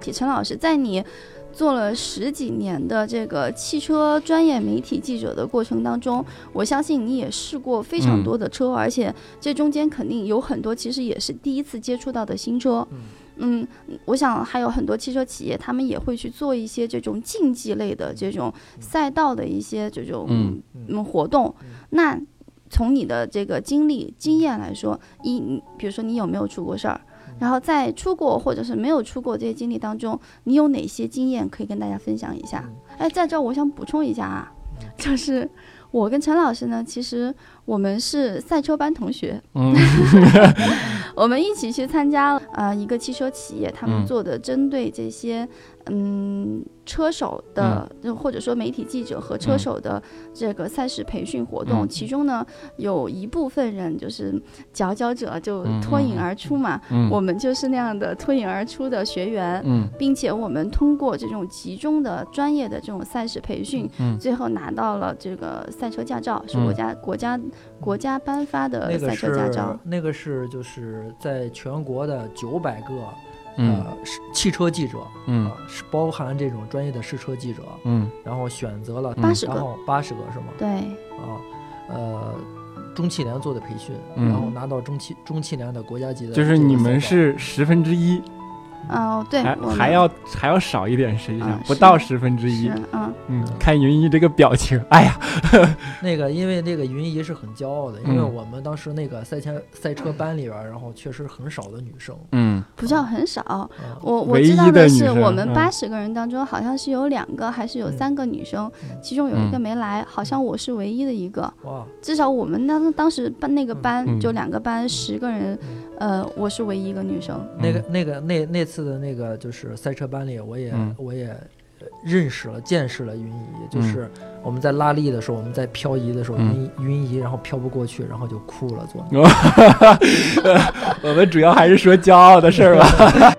Speaker 4: 其实陈老师，在你做了十几年的这个汽车专业媒体记者的过程当中，我相信你也试过非常
Speaker 2: 嗯
Speaker 4: 多的车，而且这中间肯定有很多其实也是第一次接触到的新车。嗯，我想还有很多汽车企业，他们也会去做一些这种竞技类的这种赛道的一些这种
Speaker 2: 嗯
Speaker 4: 嗯活动。那从你的这个经历经验来说，一，你比如说你有没有出过事儿？然后在出过或者是没有出过这些经历当中，你有哪些经验可以跟大家分享一下？哎，在这儿我想补充一下啊，就是我跟陈老师呢，其实我们是赛车班同学，
Speaker 2: 嗯，
Speaker 4: 我们一起去参加了呃一个汽车企业他
Speaker 2: 嗯
Speaker 4: 们做的针对这些嗯车手的、就或者说媒体记者和车
Speaker 2: 嗯
Speaker 4: 手的这个赛事培训活动，
Speaker 2: 嗯
Speaker 4: 其中呢有一部分人就是佼佼者就
Speaker 2: 嗯
Speaker 4: 脱
Speaker 2: 嗯
Speaker 4: 颖而出嘛，
Speaker 2: 嗯
Speaker 4: 我们就是那样的脱颖而出的学员。
Speaker 2: 嗯
Speaker 4: 并且我们通过这种集中的专业的这种赛事培训，
Speaker 2: 嗯
Speaker 4: 最后拿到了这个赛车驾照，是
Speaker 2: 嗯
Speaker 4: 国家、国家国家颁发的
Speaker 1: 那个
Speaker 4: 赛车驾照
Speaker 1: 是。那个是就是在全国的九百个
Speaker 2: 嗯
Speaker 1: 呃是汽车记者，
Speaker 2: 嗯
Speaker 1: 呃是包含这种专业的试车记者，
Speaker 2: 嗯
Speaker 1: 然后选择了
Speaker 2: 嗯
Speaker 4: 八十
Speaker 1: 然
Speaker 4: 个，
Speaker 1: 后八十个是吗？
Speaker 4: 对，
Speaker 1: 啊，呃，中汽联做的培训，
Speaker 2: 嗯
Speaker 1: 然后拿到中汽中汽联的国家级的，
Speaker 2: 就是你们是十分之一，
Speaker 4: 哦，对，
Speaker 2: 还
Speaker 4: 我们
Speaker 2: 还要还要少一点，实际上
Speaker 4: 嗯
Speaker 2: 不
Speaker 4: 是
Speaker 2: 到十分之一
Speaker 4: 是。嗯，
Speaker 2: 嗯，看云逸这个表情，哎呀，
Speaker 1: 那个，因为那个云姨是很骄傲的，因为
Speaker 2: 嗯
Speaker 1: 我们当时那个赛前赛车班里边儿，然后确实很少的女生，
Speaker 2: 嗯
Speaker 4: 不叫很少。
Speaker 1: 啊，
Speaker 4: 我我
Speaker 2: 唯一
Speaker 4: 知道
Speaker 2: 的女
Speaker 4: 是，
Speaker 2: 生
Speaker 4: 我们
Speaker 2: 嗯
Speaker 4: 八十个人当中，好像是有两个还是有
Speaker 1: 嗯
Speaker 4: 三个女生
Speaker 1: 嗯，
Speaker 4: 其中有一个
Speaker 2: 嗯
Speaker 4: 没来，好像我是唯一的一个。
Speaker 1: 哇，
Speaker 4: 至少我们当当时班那个
Speaker 1: 嗯
Speaker 4: 班
Speaker 2: 嗯
Speaker 4: 就两个班十个人，呃，我是唯一一个女生。
Speaker 1: 那个那个那那次的那个就是赛车班里，我也、
Speaker 2: 嗯
Speaker 1: 我也呃认识了见识了云姨，就是我们在拉力的时候，我们在漂移的时候，
Speaker 2: 嗯
Speaker 1: 云姨云姨然后飘不过去，然后就哭了，坐那儿。
Speaker 2: 我们主要还是说骄傲的事儿吧。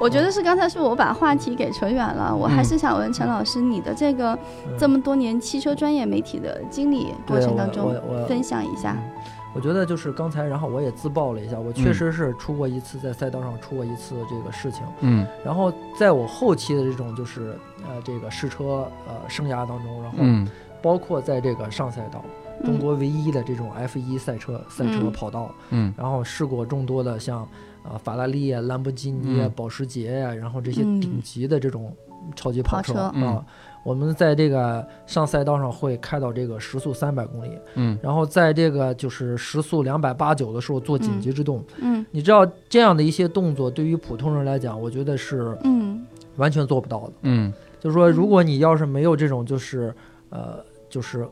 Speaker 4: 我
Speaker 1: 哦
Speaker 4: 觉得是刚才是我把话题给扯远了，我还
Speaker 2: 嗯
Speaker 4: 是想问陈老师，你的这个
Speaker 1: 嗯
Speaker 4: 这么多年汽车专业媒体的经历过
Speaker 1: 对
Speaker 4: 程
Speaker 1: 我
Speaker 4: 当中
Speaker 1: 我我
Speaker 4: 分享一下。
Speaker 1: 我觉得就是刚才，然后我也自曝了一下，我
Speaker 2: 嗯
Speaker 1: 确实是出过一次在赛道上出过一次这个事情。
Speaker 2: 嗯
Speaker 1: 然后在我后期的这种就是呃这个试车呃生涯当中，然后
Speaker 2: 嗯
Speaker 1: 包括在这个上赛道，中
Speaker 4: 嗯
Speaker 1: 国唯一的这种 F 1赛车赛车
Speaker 4: 嗯
Speaker 1: 跑道，
Speaker 2: 嗯
Speaker 1: 然后试过众多的像呃法拉利啊、兰博基尼啊、
Speaker 2: 嗯
Speaker 1: 保时捷呀、然后这些
Speaker 4: 嗯
Speaker 1: 顶级的这种超级跑
Speaker 4: 跑车
Speaker 1: 啊、
Speaker 2: 嗯
Speaker 1: 我们在这个上赛道上会开到这个时速三百公里，
Speaker 2: 嗯
Speaker 1: 然后在这个就是时速两百八九的时候做紧急制动。
Speaker 4: 嗯
Speaker 1: 你知道这样的一些动作对于普通人来讲，我觉得是
Speaker 4: 嗯
Speaker 1: 完全做不到的。
Speaker 2: 嗯
Speaker 1: 就是说，如果你要是没有这种就是呃就是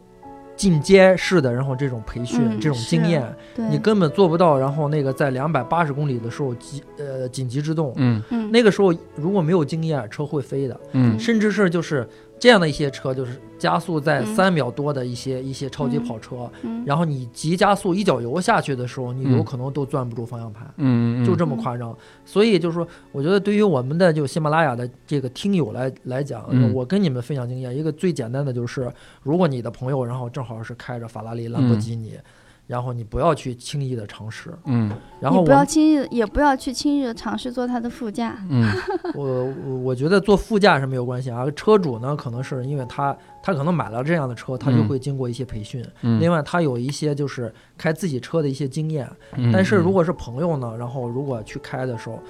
Speaker 1: 进阶式的，然后这种培训、
Speaker 4: 嗯
Speaker 1: 这种经验，
Speaker 4: 对，
Speaker 1: 你根本做不到。然后那个在两百八十公里的时候急呃紧急制动，
Speaker 2: 嗯
Speaker 4: 嗯
Speaker 1: 那个时候如果没有经验，车会飞的。
Speaker 2: 嗯
Speaker 1: 甚至是就是这样的一些车，就是加速在
Speaker 4: 嗯
Speaker 1: 三秒多的一些、一些超级跑车，
Speaker 4: 嗯
Speaker 1: 然后你急加速一脚油下去的时候，你有
Speaker 2: 嗯
Speaker 1: 可能都攥不住方向盘，
Speaker 2: 嗯，
Speaker 1: 就这么夸张。所以就是说，我觉得对于我们的就喜马拉雅的这个听友来来讲，
Speaker 2: 嗯
Speaker 1: 我跟你们分享经验，一个最简单的就是，如果你的朋友然后正好是开着法拉利、兰博基尼。然后你不要去轻易的尝试，
Speaker 2: 嗯
Speaker 1: 然后
Speaker 4: 你
Speaker 1: 我
Speaker 4: 不要轻易地，也不要去轻易的尝试坐它的副驾。
Speaker 2: 嗯
Speaker 1: 我我我觉得坐副驾是没有关系啊。车主呢，可能是因为他他可能买了这样的车，他就
Speaker 2: 嗯
Speaker 1: 会经过一些培训，
Speaker 2: 嗯，
Speaker 1: 另外他有一些就是开自己车的一些经验，
Speaker 2: 嗯
Speaker 1: 但是
Speaker 2: 嗯
Speaker 1: 如果是朋友呢，然后如果去开的时候，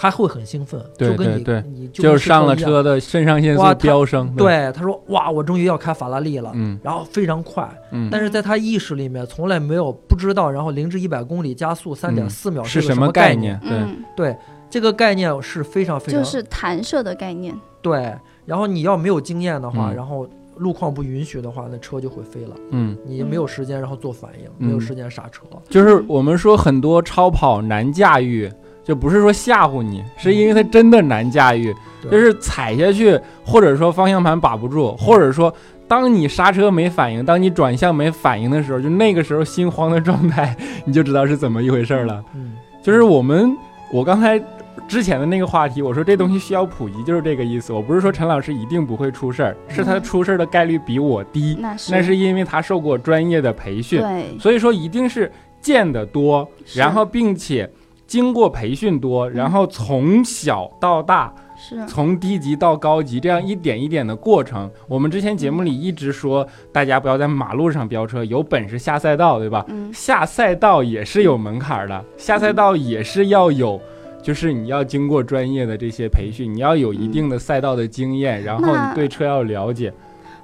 Speaker 1: 他会很兴奋，
Speaker 2: 对
Speaker 1: 就跟
Speaker 2: 对
Speaker 1: 你
Speaker 2: 对
Speaker 1: 你就
Speaker 2: 就
Speaker 1: 跟
Speaker 2: 是上了
Speaker 1: 试一
Speaker 2: 车
Speaker 1: 样，
Speaker 2: 的肾上腺素
Speaker 1: 哇他
Speaker 2: 飙升，吧，
Speaker 1: 对他说哇，我终于要开法拉利了，
Speaker 2: 嗯
Speaker 1: 然后非常快，
Speaker 2: 嗯，
Speaker 1: 啊但是在他意识里面从来没有不知道，然后零至一百公里加速三点四秒
Speaker 2: 嗯是
Speaker 1: 个什
Speaker 2: 么
Speaker 1: 概
Speaker 2: 念？？对，
Speaker 4: 嗯，
Speaker 1: 对，这个概念是非常非常
Speaker 4: 就是弹射的概念。
Speaker 1: 对，然后你要没有经验的话，
Speaker 2: 嗯
Speaker 1: 然后路况不允许的话，那车就会飞了，
Speaker 2: 嗯，
Speaker 1: 你没有时间然后做反应，
Speaker 2: 嗯
Speaker 1: 没有时间刹车，
Speaker 2: 就是我们说很多超跑难驾驭，就不是说吓唬你，是因为它真的难驾驭，
Speaker 1: 嗯对
Speaker 2: 就是踩下去，或者说方向盘把不住，或者说。当你刹车没反应，当你转向没反应的时候，就那个时候心慌的状态，你就知道是怎么一回事儿了。
Speaker 1: 嗯
Speaker 2: 就是我们，我刚才之前的那个话题，我说这东西需要普及，就是这个意思。我不是说陈老师一定不会出事儿，是
Speaker 1: 嗯
Speaker 2: 他出事儿的概率比我低，
Speaker 4: 那是
Speaker 2: 那是因为他受过专业的培训，
Speaker 4: 对，
Speaker 2: 所以说一定是见得多，
Speaker 4: 是嗯
Speaker 2: 然后并且经过培训多，然后从小到大，
Speaker 4: 是
Speaker 2: 从低级到高级，这样一点一点的过程。我们之前
Speaker 4: 嗯
Speaker 2: 节目里一直说，大家不要在马路上飙车，有本事下赛道，对吧？
Speaker 4: 嗯
Speaker 2: 下赛道也是有门槛儿的，下赛道也是要有，就是你要经过专业的这些培训，你要有一定的赛道的经验，然后
Speaker 4: 嗯那
Speaker 2: 你对车要了 解。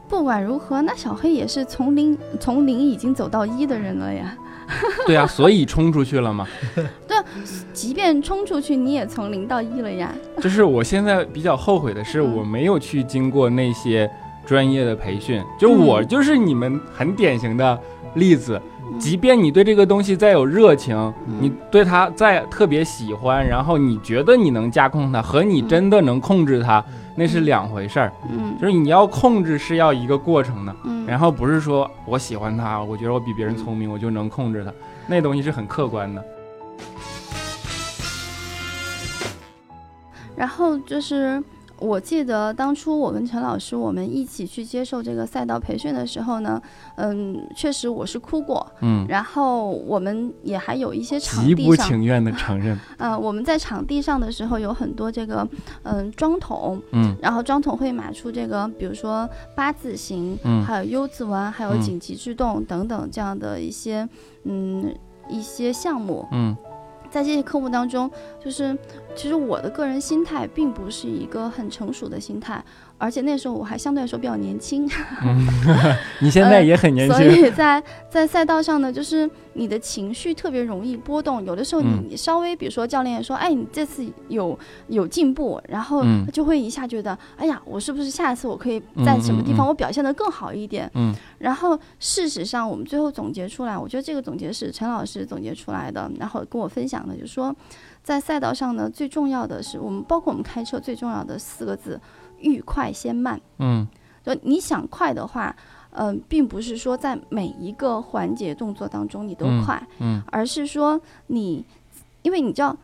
Speaker 4: 不管如何，那小黑也是从零从零已经走到一的人了呀。
Speaker 2: 对啊，所以冲出去了嘛。
Speaker 4: 即便冲出去，你也从零到一了呀。
Speaker 2: 就是我现在比较后悔的是，
Speaker 4: 嗯
Speaker 2: 我没有去经过那些专业的培训。就我
Speaker 4: 嗯
Speaker 2: 就是你们很典型的例子，
Speaker 4: 嗯
Speaker 2: 即便你对这个东西再有热情，
Speaker 1: 嗯
Speaker 2: 你对它再特别喜欢，然后你觉得你能驾控它，和你
Speaker 4: 嗯
Speaker 2: 真的能控制它
Speaker 1: 嗯，
Speaker 2: 那是两回事儿。
Speaker 4: 嗯
Speaker 2: 就是你要控制是要一个过程的，
Speaker 4: 嗯，
Speaker 2: 然后不是说我喜欢它，我觉得我比别人聪明，我就能控制它，那东西是很客观的。
Speaker 4: 然后就是我记得当初我跟陈老师我们一起去接受这个赛道培训的时候呢，嗯，确实我是哭过。
Speaker 2: 嗯，
Speaker 4: 然后我们也还有一些场
Speaker 2: 极
Speaker 4: 地
Speaker 2: 不
Speaker 4: 上，
Speaker 2: 情愿的承 认。
Speaker 4: 呃，我们在场地上的时候有很多这个，嗯，装桶，
Speaker 2: 嗯
Speaker 4: 然后装桶会码出这个，比如说八字形，
Speaker 2: 嗯
Speaker 4: 还有 U 字纹，还有
Speaker 2: 嗯
Speaker 4: 紧急制动等等这样的一些，嗯，一些项目。
Speaker 2: 嗯
Speaker 4: 在这些科目当中，就是其实我的个人心态并不是一个很成熟的心态，而且那时候我还相对来说比较年轻，
Speaker 2: 嗯，你现在也很年
Speaker 4: 呃所
Speaker 2: 轻。
Speaker 4: 以在在赛道上呢，就是你的情绪特别容易波动。有的时候
Speaker 2: 嗯
Speaker 4: 你稍微，比如说教练说，哎，你这次有有进步，然后
Speaker 2: 嗯
Speaker 4: 就会一下觉得，哎呀，我是不是下一次我可以在什么地
Speaker 2: 嗯嗯
Speaker 4: 方
Speaker 2: 嗯
Speaker 4: 我表现得更好一点？
Speaker 2: 嗯
Speaker 4: 然后事实上，我们最后总结出来，我觉得这个总结是陈老师总结出来的，然后跟我分享的，就是说，在赛道上呢，最重要的是我们包括我们开车最重要的四个字：欲快先慢。
Speaker 2: 嗯
Speaker 4: 就你想快的话，嗯、并不是说在每一个环节动作当中你都快，
Speaker 2: 嗯
Speaker 4: 而是说你，因为你知道，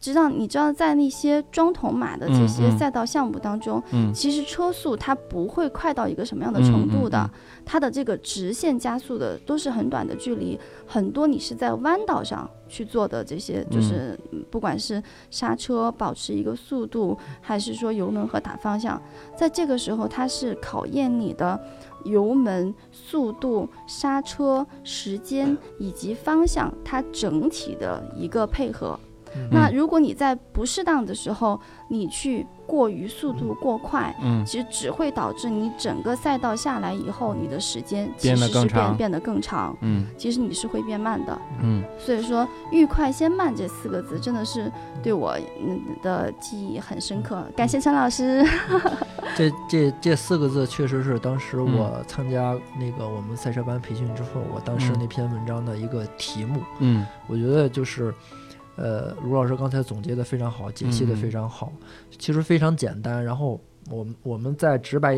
Speaker 4: 知道你知道在那些装桶马的这些
Speaker 2: 嗯嗯
Speaker 4: 赛道项目当中，
Speaker 2: 嗯
Speaker 4: 其实车速它不会快到一个什么样的程度的，
Speaker 2: 嗯嗯
Speaker 4: 它的这个直线加速的都是很短的距离，很多你是在弯道上去做的这些，就是嗯不管是刹车保持一个速度，还是说油门和打方向，在这个时候它是考验你的。油门、速度、刹车、时间以及方向，它整体的一个配合。
Speaker 2: 嗯
Speaker 4: 那如果你在不适当的时候，你去过于速度过快，
Speaker 2: 嗯
Speaker 4: 其实只会导致你整个赛道下来以后，你的时间其
Speaker 2: 变得
Speaker 4: 实
Speaker 2: 更
Speaker 4: 是变
Speaker 2: 长
Speaker 4: 变得更长，
Speaker 2: 嗯
Speaker 4: 其实你是会变慢的。
Speaker 2: 嗯
Speaker 4: 所以说“欲快先慢”这四个字真的是对我嗯的记忆很深刻，感谢陈老师。
Speaker 1: 这这这四个字确实是当时
Speaker 2: 嗯
Speaker 1: 我参加那个我们赛车班培训之后，我当时
Speaker 2: 嗯
Speaker 1: 那篇文章的一个题目。
Speaker 2: 嗯
Speaker 1: 我觉得就是，呃，卢老师刚才总结的非常好，解析的
Speaker 2: 嗯
Speaker 1: 非常好，其实非常简单。然后我们我们再直白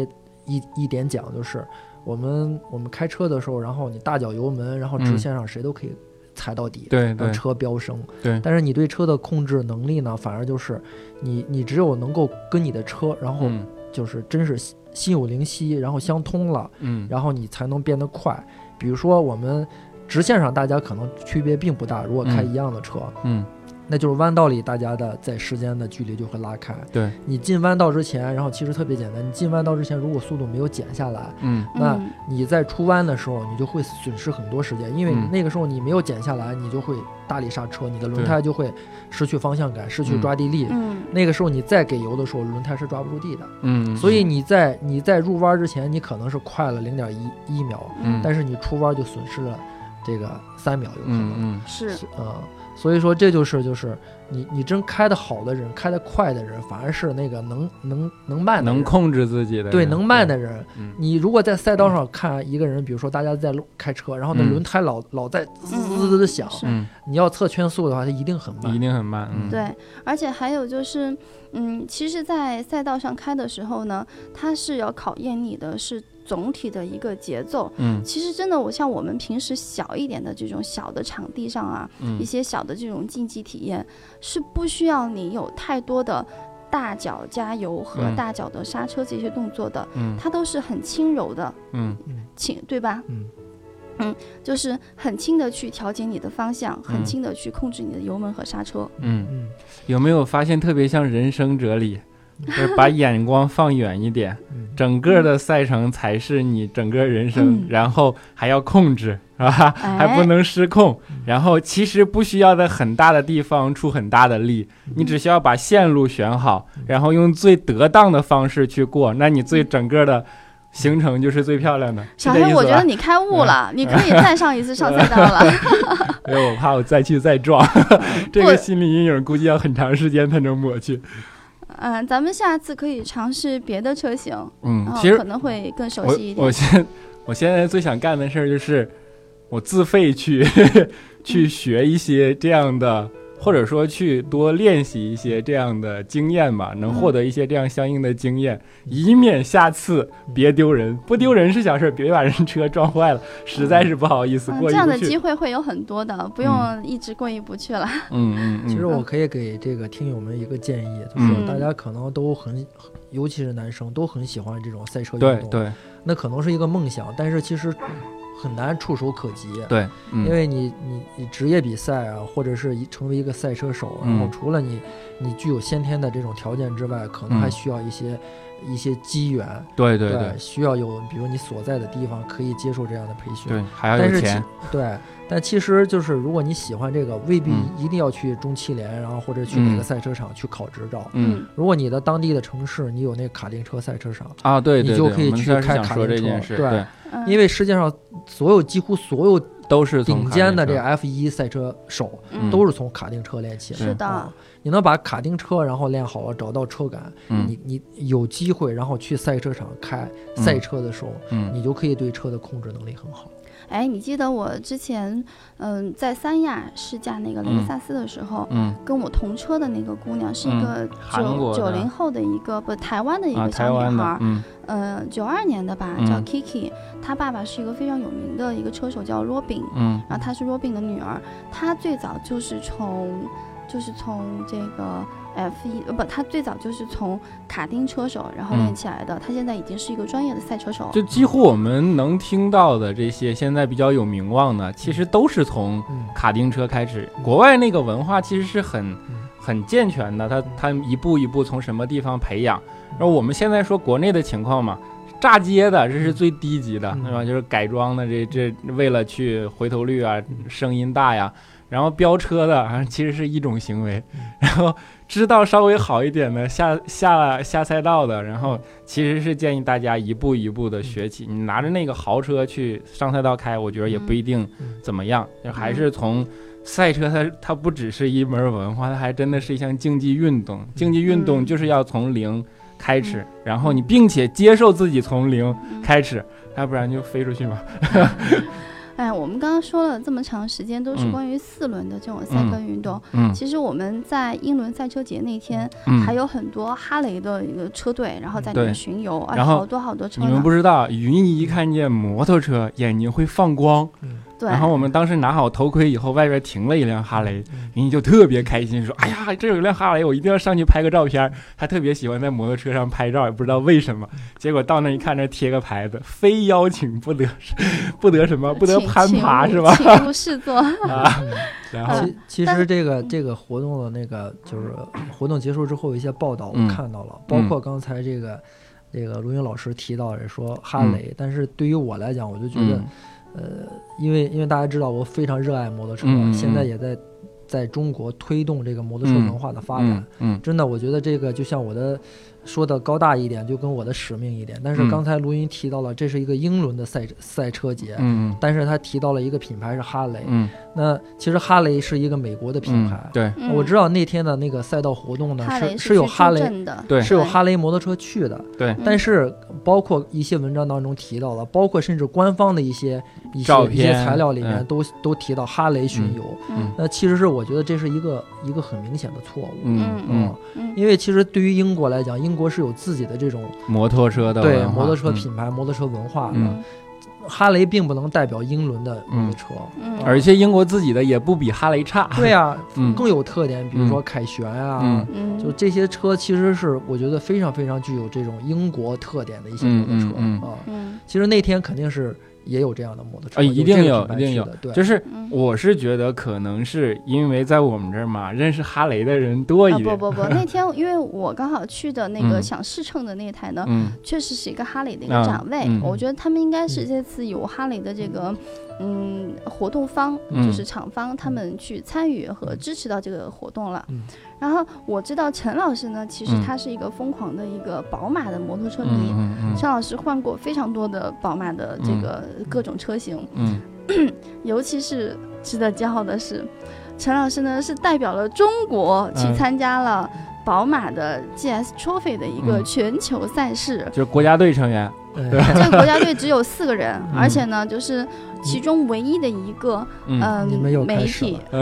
Speaker 1: 一一点讲，就是我们我们开车的时候，然后你大脚油门，然后直
Speaker 2: 嗯
Speaker 1: 线上谁都可以踩到底。
Speaker 2: 对对
Speaker 1: 让，呃车飙升，
Speaker 2: 对
Speaker 1: 但是你对车的控制能力呢，反而就是你你只有能够跟你的车，然后
Speaker 2: 嗯
Speaker 1: 就是真是心心有灵犀，然后相通了，
Speaker 2: 嗯
Speaker 1: 然后你才能变得快。比如说我们直线上大家可能区别并不大，如果开
Speaker 2: 嗯
Speaker 1: 一样的车，
Speaker 2: 嗯
Speaker 1: 那就是弯道里大家的在时间的距离就会拉开。
Speaker 2: 对，
Speaker 1: 你进弯道之前，然后其实特别简单，你进弯道之前如果速度没有减下来，
Speaker 2: 嗯
Speaker 1: 那
Speaker 4: 嗯
Speaker 1: 你在出弯的时候你就会损失很多时间，因为
Speaker 2: 嗯
Speaker 1: 那个时候你没有减下来，你就会大力刹车，你的轮胎就会失去方向感，失去
Speaker 2: 嗯
Speaker 1: 抓地力。
Speaker 4: 嗯
Speaker 1: 那个时候你再给油的时候，轮胎是抓不住地的，
Speaker 2: 嗯，
Speaker 1: 所以你在你在入弯之前，你可能是快了零点一一秒，
Speaker 2: 嗯
Speaker 1: 但是你出弯就损失了这个三秒，有可能。
Speaker 2: 嗯
Speaker 4: 是
Speaker 1: 所啊、所以说这就是就是你你真开得好的人，开得快的人，反而是那个能能能慢
Speaker 2: 嗯
Speaker 1: 的人
Speaker 2: 能控制自己的
Speaker 1: 对
Speaker 2: 人
Speaker 1: 能慢的人。
Speaker 2: 嗯
Speaker 1: 你如果在赛道上看一个人，比如说大家在路开车，然后那
Speaker 2: 嗯
Speaker 1: 轮胎老、老在滋
Speaker 4: 嗯
Speaker 1: 滋滋的响，
Speaker 4: 是
Speaker 2: 嗯
Speaker 1: 你要测圈速的话，它一定很慢。
Speaker 2: 一定很慢嗯
Speaker 4: 对，而且还有就是，嗯，其实，在赛道上开的时候呢，它是要考验你的是总体的一个节奏。
Speaker 2: 嗯
Speaker 4: 其实真的，我像我们平时小一点的这种小的场地上啊，一
Speaker 2: 嗯
Speaker 4: 些小的这种竞技体验，是不需要你有太多的大脚加油和
Speaker 2: 嗯
Speaker 4: 大脚的刹车这些动作的，
Speaker 2: 嗯
Speaker 4: 它都是很轻柔的，
Speaker 2: 嗯
Speaker 4: 轻对吧？
Speaker 1: 嗯
Speaker 4: 就是很轻的去调节你的方向，很
Speaker 2: 嗯
Speaker 4: 轻的去控制你的油门和刹车。
Speaker 2: 嗯，
Speaker 1: 嗯，
Speaker 2: 有没有发现特别像《人生哲理》，就是把眼光放远一点，
Speaker 1: 嗯
Speaker 2: 整个的赛程才是你整个人生，
Speaker 4: 嗯
Speaker 2: 然后还要控制，是吧？
Speaker 4: 哎
Speaker 2: 还不能失控。然后其实不需要在很大的地方出很大的力，你只需要把线路选好，然后用最得当的方式去过，那你最整个的行程就是最漂亮的。是
Speaker 4: 小
Speaker 2: 这意
Speaker 4: 黑，
Speaker 2: 思
Speaker 4: 我觉得
Speaker 2: 吧嗯
Speaker 4: 你开悟了，你可以再上一次上赛道了。
Speaker 2: 因为我怕我再去再撞， 这
Speaker 4: 不
Speaker 2: 个心理阴影估计要很长时间才能抹
Speaker 4: 哦
Speaker 2: 去。
Speaker 4: 嗯，咱们下次可以尝试别的车型，
Speaker 2: 嗯
Speaker 4: 然，后
Speaker 2: 其实
Speaker 4: 可能会更熟
Speaker 2: 我
Speaker 4: 悉一
Speaker 2: 我
Speaker 4: 点。
Speaker 2: 现我现在最想干的事儿就是，我自费去
Speaker 4: 嗯
Speaker 2: 去学一些这样的，或者说去多练习一些这样的经验吧，能
Speaker 4: 嗯
Speaker 2: 获得一些这样相应的经验，以免下次别丢人。不丢人是小事儿，别把人车撞坏了，实在是不好意思
Speaker 4: 嗯，
Speaker 2: 过
Speaker 4: 这
Speaker 2: 意
Speaker 4: 样
Speaker 2: 不
Speaker 4: 的
Speaker 2: 去
Speaker 4: 机。会会有很多的，不用一直过意不去了。
Speaker 2: 嗯嗯嗯，
Speaker 1: 其实我可以给这个听友们一个建议，就
Speaker 2: 嗯
Speaker 1: 是大家可能都很，尤其是男生都很喜欢这种赛车运
Speaker 2: 对
Speaker 1: 动，
Speaker 2: 对
Speaker 1: 那可能是一个梦想，但是其实很难触手可及。
Speaker 2: 对，嗯
Speaker 1: 因为你你你职业比赛啊，或者是一成为一个赛车手，啊然后
Speaker 2: 嗯
Speaker 1: 除了你你具有先天的这种条件之外，可能
Speaker 2: 嗯
Speaker 1: 还需要一些、一些机缘，
Speaker 2: 对对对
Speaker 1: 需要有比如你所在的地方可以接受这样的培训，
Speaker 2: 对，还要
Speaker 1: 但
Speaker 2: 有
Speaker 1: 是
Speaker 2: 钱
Speaker 1: 其。对，但其实就是如果你喜欢这个，未必
Speaker 2: 嗯
Speaker 1: 一定要去中汽联，然后或者去
Speaker 2: 嗯
Speaker 1: 哪个赛车场去考执照。
Speaker 2: 嗯
Speaker 1: 如果你的当地的城市你有那卡丁车赛车场，
Speaker 2: 啊，对
Speaker 1: 你
Speaker 2: 对
Speaker 1: 就
Speaker 2: 对，
Speaker 1: 可以
Speaker 2: 我们
Speaker 1: 去
Speaker 2: 当时
Speaker 1: 开
Speaker 2: 想
Speaker 1: 卡
Speaker 2: 说
Speaker 1: 丁
Speaker 2: 这件
Speaker 1: 车
Speaker 2: 事，
Speaker 1: 对
Speaker 2: 对，
Speaker 4: 嗯，
Speaker 1: 因为世界上所有几乎所有
Speaker 2: 都是从
Speaker 1: 顶
Speaker 2: 卡
Speaker 1: 尖
Speaker 2: 丁
Speaker 1: 的
Speaker 2: 车
Speaker 1: 这 F 1赛车手
Speaker 4: 嗯
Speaker 1: 都是从卡丁车练起的。
Speaker 4: 是的
Speaker 1: 啊，，你能把卡丁车然后练好了，找到车感，
Speaker 2: 嗯
Speaker 1: 你你有机会，然后去赛车场开
Speaker 2: 嗯
Speaker 1: 赛车的时候，
Speaker 2: 嗯
Speaker 1: 你就可以对车的控制能力很好。
Speaker 4: 哎，你记得我之前嗯在三亚试驾那个雷克萨斯的时候，
Speaker 2: 嗯
Speaker 4: 跟我同车的那个姑娘是一
Speaker 2: 嗯
Speaker 4: 个
Speaker 2: 韩
Speaker 4: 九
Speaker 2: 国的
Speaker 4: 九零后的一个不台湾的一
Speaker 2: 啊，
Speaker 4: 个
Speaker 2: 台
Speaker 4: 小
Speaker 2: 湾
Speaker 4: 女孩
Speaker 2: 的
Speaker 4: 儿，，
Speaker 2: 嗯
Speaker 4: 呃，九二年的吧，叫
Speaker 2: 嗯
Speaker 4: Kiki，她爸爸是一个非常有名的一个车手，叫 Robin，
Speaker 2: 嗯
Speaker 4: 然后她是 Robin 的女儿，她最早就是从就是从这个 F 一呃不，她最早就是从卡丁车手然后练
Speaker 2: 嗯
Speaker 4: 起来的，她现在已经是一个专业的赛车手，
Speaker 2: 就几乎我们能听到的这些现在比较有名望的，其实都是从
Speaker 1: 嗯，
Speaker 2: 卡丁车开始。国外那个文化其实是很
Speaker 1: 嗯
Speaker 2: 很健全的，它它一步一步从什么地方培养。
Speaker 1: 嗯
Speaker 2: 然后我们现在说国内的情况嘛，炸街的这是最低级的，
Speaker 1: 嗯
Speaker 2: 对吧？就是改装的这这为了去回头率啊、声音大呀，然后飙车的啊，其实是一种行为
Speaker 1: 嗯。
Speaker 2: 然后知道稍微好一点的下下下赛道
Speaker 1: 嗯
Speaker 2: 的，然后其实是建议大家一步一步的学起。你拿着那个豪车去上赛道开，我觉得也不一定
Speaker 1: 嗯嗯
Speaker 2: 怎么样，就还
Speaker 4: 嗯
Speaker 2: 是从。赛车它它不只是一门文化，它还真的是一项竞技运动。竞技运动
Speaker 4: 嗯
Speaker 2: 就是要从零开始，然后你并且接受自己从零
Speaker 4: 嗯
Speaker 2: 开始，要不然就飞出去嘛。
Speaker 4: 哎，我们刚刚说了这么长时间，都是
Speaker 2: 嗯
Speaker 4: 关于四轮的这种赛车运动。
Speaker 2: 嗯
Speaker 4: 其实我们在英伦赛车节那天，
Speaker 2: 嗯
Speaker 4: 还有很多哈雷的一个车队，然后在里
Speaker 2: 对
Speaker 4: 面巡游，啊，
Speaker 2: 然后
Speaker 4: 好多好多车
Speaker 2: 你
Speaker 4: 呢。
Speaker 2: 们不知道，云姨看见摩托车眼睛会放光，
Speaker 4: 对，
Speaker 2: 然后我们当时拿好头盔以后，外边停了一辆哈雷，云姨就特别开心，说：“哎呀，这有一辆哈雷，我一定要上去拍个照片。”她特别喜欢在摩托车上拍照，也不知道为什么。结果到那一看，那贴个牌子，非邀请不得，不得什么，不得
Speaker 4: 请
Speaker 2: 攀爬
Speaker 4: 请
Speaker 2: 是
Speaker 4: 勿
Speaker 2: 吧？
Speaker 4: 请勿试 坐。
Speaker 2: 啊，然后
Speaker 1: 其其
Speaker 4: 但
Speaker 1: 实这个这个活动的那个就是活动结束之后有一些报道
Speaker 2: 嗯
Speaker 1: 我看到了，包括刚才这个这个卢云老师提到也说哈雷，但是对于我来讲，我就觉得、
Speaker 2: 嗯
Speaker 1: 呃，因为因为大家知道我非常热爱摩托车，
Speaker 2: 嗯嗯嗯
Speaker 1: 现在也在在中国推动这个摩托车文化的发展。
Speaker 2: 嗯嗯
Speaker 1: 真的，我觉得这个就像我的说的高大一点，就跟我的使命一点。但是
Speaker 2: 嗯
Speaker 1: 刚才卢云提到了，这是一个英伦的赛赛车节，
Speaker 2: 嗯
Speaker 1: 但是他提到了一个品牌是哈雷。
Speaker 2: 嗯
Speaker 1: 那其实哈雷是一个美国的品牌
Speaker 2: 嗯，，对
Speaker 4: 嗯
Speaker 1: 我知道那天的那个赛道活动呢
Speaker 4: 哈雷
Speaker 1: 是有哈
Speaker 4: 去
Speaker 1: 雷
Speaker 4: 中正的，嗯
Speaker 2: 对
Speaker 1: 是有哈雷摩托车去的，
Speaker 2: 对，
Speaker 1: 但是包括一些文章当中提到了，包括甚至官方的一些一
Speaker 2: 照
Speaker 1: 些
Speaker 2: 片
Speaker 1: 一些材料里面
Speaker 2: 嗯
Speaker 1: 都都提到哈雷巡游。
Speaker 4: 嗯
Speaker 1: 那其实是我觉得这是一个一个很明显的错误。
Speaker 2: 嗯嗯，
Speaker 4: 嗯
Speaker 1: 因为其实对于英国来讲，英国是有自己的这种
Speaker 2: 摩托车的
Speaker 1: 对
Speaker 2: 文化
Speaker 1: 摩托车
Speaker 2: 嗯
Speaker 1: 品牌、摩托车文化的。
Speaker 2: 嗯
Speaker 1: 哈雷并不能代表英伦的摩托车，
Speaker 4: 嗯，
Speaker 2: 而且英国自己的也不比哈雷差。
Speaker 1: 对啊，
Speaker 2: 嗯
Speaker 1: 更有特点，比如说凯旋啊，
Speaker 2: 嗯
Speaker 4: 嗯
Speaker 1: 就这些车其实是我觉得非常非常具有这种英国特点的一些摩托车
Speaker 2: 嗯嗯嗯
Speaker 1: 啊。
Speaker 4: 嗯
Speaker 1: 其实那天肯定是也有这样的摩托车，
Speaker 2: 啊一
Speaker 1: 有
Speaker 2: 定
Speaker 1: 这
Speaker 2: 有
Speaker 1: 个品牌
Speaker 2: 一定
Speaker 1: 去
Speaker 2: 有
Speaker 1: 的，对，
Speaker 2: 就是
Speaker 4: 嗯，
Speaker 2: 我是觉得可能是因为在我们这儿嘛，认识哈雷的人多
Speaker 4: 啊
Speaker 2: 一
Speaker 4: 不
Speaker 2: 点。
Speaker 4: 不不，那天因为我刚好去的那个
Speaker 2: 嗯
Speaker 4: 想试乘的那一台呢，
Speaker 2: 嗯，
Speaker 4: 确实是一个哈雷的一
Speaker 2: 啊
Speaker 4: 个展位，
Speaker 2: 嗯
Speaker 4: 我觉得他们应该是这次有哈雷的这个嗯活动方，
Speaker 2: 嗯
Speaker 4: 就是厂方他们去参与和支持到这个活动了。
Speaker 1: 嗯
Speaker 4: 然后我知道陈老师呢，其实
Speaker 2: 嗯
Speaker 4: 他是一个疯狂的一个宝马的摩托车迷。
Speaker 2: 嗯嗯
Speaker 4: 陈老师换过非常多的宝马的这个各种车型，
Speaker 2: 嗯
Speaker 4: 尤其是值得骄傲的是，陈老师呢是代表了中国去
Speaker 2: 嗯
Speaker 4: 参加了宝马的 GS Trophy 的一个
Speaker 2: 嗯
Speaker 4: 全球赛事。
Speaker 2: 就是国家队成员。
Speaker 1: 对，
Speaker 4: 这个国家队只有四个人，
Speaker 2: 嗯
Speaker 4: 而且呢，就是其中唯一的一个，
Speaker 2: 嗯
Speaker 4: 嗯啊
Speaker 1: 你们又，开
Speaker 4: 媒
Speaker 1: 始
Speaker 4: 体，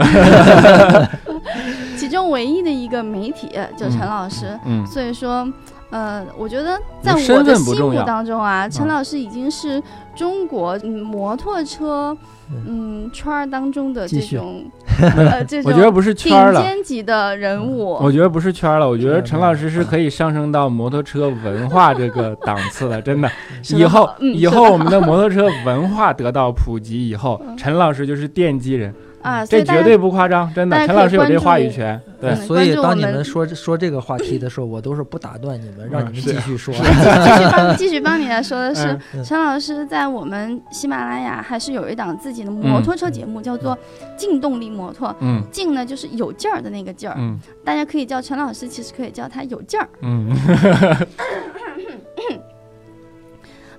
Speaker 4: 其中唯一的一个媒体就陈老师，
Speaker 2: 嗯
Speaker 4: 所以说。呃，我觉得在
Speaker 2: 身
Speaker 4: 我的
Speaker 2: 份不
Speaker 4: 心
Speaker 2: 重
Speaker 4: 目
Speaker 2: 要嗯
Speaker 4: 当中啊，陈老师已经是中国嗯摩托车嗯圈儿当中的这
Speaker 1: 继续
Speaker 4: 种呃这
Speaker 2: 我觉得
Speaker 4: 种
Speaker 2: 不是圈儿
Speaker 4: 顶
Speaker 2: 了，
Speaker 4: 尖级的人物。
Speaker 2: 我觉得不是圈儿了，我觉得陈老师是可以上升到摩托车文化这个档次的，真的。
Speaker 4: 说得
Speaker 2: 以后
Speaker 4: 好嗯
Speaker 2: 以
Speaker 4: 说
Speaker 2: 后
Speaker 4: 得
Speaker 2: 我们
Speaker 4: 好
Speaker 2: 的摩托车文化得到普及以后，陈老师就是奠基人，
Speaker 4: 啊，
Speaker 2: 这
Speaker 4: 所以大
Speaker 2: 绝
Speaker 4: 家
Speaker 2: 对不夸张，真的。
Speaker 4: 大家
Speaker 2: 陈
Speaker 4: 可以
Speaker 2: 老师有这
Speaker 4: 关
Speaker 2: 话
Speaker 4: 注
Speaker 2: 语权，对
Speaker 1: 嗯。
Speaker 4: 嗯
Speaker 1: 所以
Speaker 4: 关注我
Speaker 1: 当你
Speaker 4: 们
Speaker 1: 们说说这个话题的时候，我都是不打断你们，让你
Speaker 2: 嗯
Speaker 1: 们
Speaker 2: 是
Speaker 1: 继续说。
Speaker 4: 继续 帮继续帮你来说的是
Speaker 2: 嗯，
Speaker 1: 嗯
Speaker 4: 陈老师在我们喜马拉雅还是有一档自己的摩托车节目，叫做《劲动力摩托》。
Speaker 2: 嗯
Speaker 4: 劲呢，就是有劲儿的那个劲儿，
Speaker 2: 嗯
Speaker 4: 大家可以叫陈老师，其实可以叫他有劲儿。
Speaker 2: 嗯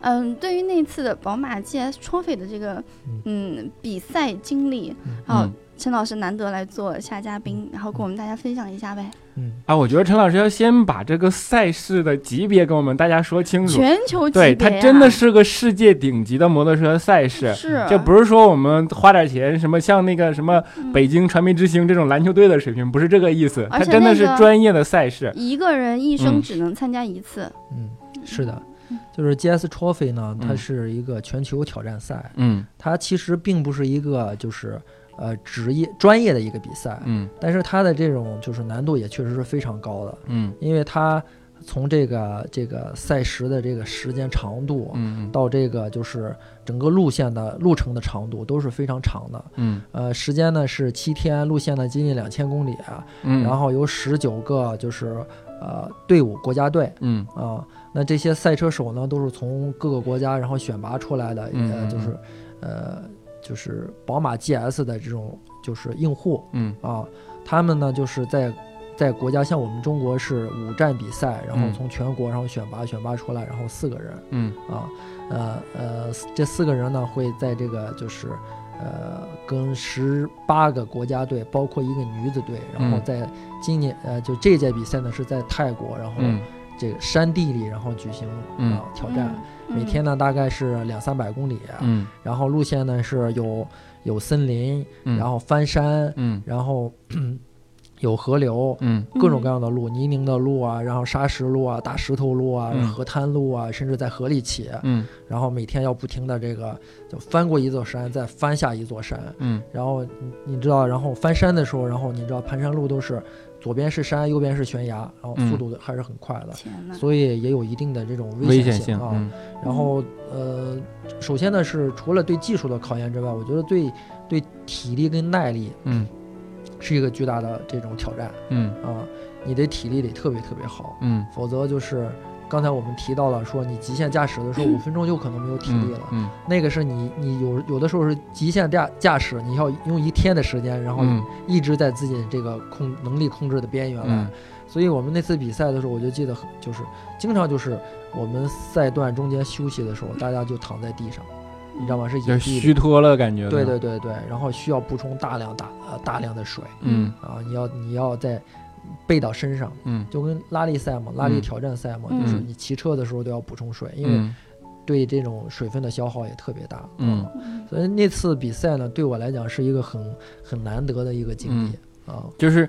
Speaker 4: 嗯，对于那次的宝马 GS 超费的这个嗯比赛经历，好、
Speaker 2: 嗯
Speaker 4: 陈老师难得来做下嘉宾，然后跟我们大家分享一下呗。
Speaker 1: 嗯，
Speaker 2: 啊，我觉得陈老师要先把这个赛事的级别跟我们大家说清楚。
Speaker 4: 全球级
Speaker 2: 嗯
Speaker 4: 别、
Speaker 2: 对，
Speaker 4: 啊，
Speaker 2: 它真的是个世界顶级的摩托车赛事。
Speaker 4: 是，
Speaker 2: 这不是说我们花点钱什么像那个什么北京传媒之星这种篮球队的水平，不是这个意思，
Speaker 4: 嗯而
Speaker 2: 它
Speaker 4: 且
Speaker 2: 真的
Speaker 4: 那
Speaker 2: 是
Speaker 4: 个
Speaker 2: 专业的赛事。
Speaker 4: 一个人一
Speaker 2: 嗯
Speaker 4: 生只能参加一次。
Speaker 1: 嗯，是的，
Speaker 4: 嗯
Speaker 1: 就是 GS Trophy 呢，它
Speaker 2: 嗯
Speaker 1: 是一个全球挑战赛，
Speaker 2: 嗯
Speaker 1: 它其实并不是一个就是呃职业专业的一个比赛，
Speaker 2: 嗯
Speaker 1: 但是它的这种就是难度也确实是非常高的，
Speaker 2: 嗯
Speaker 1: 因为它从这个这个赛时的这个时间长度。
Speaker 2: 嗯
Speaker 1: 到这个就是整个路线的路程的长度都是非常长的，
Speaker 2: 嗯
Speaker 1: 呃，时间呢是七天，路线呢接近两千公里，啊
Speaker 2: 嗯
Speaker 1: 然后有十九个就是呃队伍国家队
Speaker 2: 嗯
Speaker 1: 啊、那这些赛车手呢都是从各个国家然后选拔出来的，
Speaker 2: 嗯
Speaker 1: 呃，就是呃就是宝马 GS 的这种就是用户
Speaker 2: 嗯
Speaker 1: 啊，他们呢就是在。在国家像我们中国是五站比赛，然后
Speaker 2: 嗯
Speaker 1: 从全国然后选拔选拔出来，然后四个人，
Speaker 2: 嗯
Speaker 1: 啊，呃呃，这四个人呢会在这个就是呃跟十八个国家队，包括一个女子队，然后
Speaker 2: 嗯
Speaker 1: 在今年呃就这届比赛呢是在泰国，然后
Speaker 2: 嗯
Speaker 1: 这个山地里然后举行
Speaker 2: 嗯
Speaker 1: 啊挑战，
Speaker 4: 嗯
Speaker 1: 每天呢大概是两三百公里，啊
Speaker 2: 嗯
Speaker 1: 然后路线呢是有有森林，
Speaker 2: 嗯，
Speaker 1: 然后翻山，
Speaker 2: 嗯
Speaker 1: 然后 有河流，
Speaker 2: 嗯
Speaker 1: 各种各
Speaker 4: 样。
Speaker 1: 样的路，泥泞的路啊，然后沙石路啊，大石头路啊，
Speaker 2: 嗯
Speaker 1: 河滩路啊，甚至在河里骑，
Speaker 2: 嗯
Speaker 1: 然后每天要不停的这个就翻过一座山，再翻下一座山，
Speaker 2: 嗯
Speaker 1: 然后你你知道，然后翻山的时候，然后你知道盘山路都是左边是山，右边是悬崖，然后
Speaker 2: 嗯
Speaker 1: 速度还是很快的，
Speaker 4: 天呐，
Speaker 1: 所以也有一定的这种
Speaker 2: 危
Speaker 1: 险
Speaker 2: 性，
Speaker 1: 啊。
Speaker 2: 嗯
Speaker 1: 然后呃，首先呢是除了对技术的考验之外，我觉得对对体力跟耐力
Speaker 2: 嗯
Speaker 1: 是一个巨大的这种挑战
Speaker 2: 嗯
Speaker 1: 啊，你的体力得特别特别好，
Speaker 2: 嗯
Speaker 1: 否则就是刚才我们提到了说你极限驾驶的时候五分钟就可能没有体力了。
Speaker 2: 嗯
Speaker 1: 那个是你你有有的时候是极限驾驾驶，你要用一天的时间，然后
Speaker 2: 嗯
Speaker 1: 一直在自己这个控能力控制的边缘来。
Speaker 2: 嗯
Speaker 1: 所以我们那次比赛的时候，我就记得很就是经常就是我们赛段中间休息的时候，大家就躺在地上，你知道吗？是
Speaker 2: 就
Speaker 1: 野地
Speaker 2: 嗯虚
Speaker 1: 里，
Speaker 2: 脱了感觉，
Speaker 1: 对对，对对，然后需要补充大量大呃大量的水
Speaker 2: 嗯
Speaker 1: 啊，你要你要在背到身上，
Speaker 2: 嗯
Speaker 1: 就跟拉力赛嘛，拉力
Speaker 2: 嗯
Speaker 1: 挑战赛嘛，
Speaker 4: 嗯
Speaker 1: 就是你骑车的时候都要补充水，因为
Speaker 2: 嗯
Speaker 1: 对这种水分的消耗也特别大，啊
Speaker 2: 嗯
Speaker 4: 嗯
Speaker 1: 所以那次比赛呢，对我来讲是一个很很难得的一个经
Speaker 2: 嗯
Speaker 1: 历、啊。
Speaker 2: 就是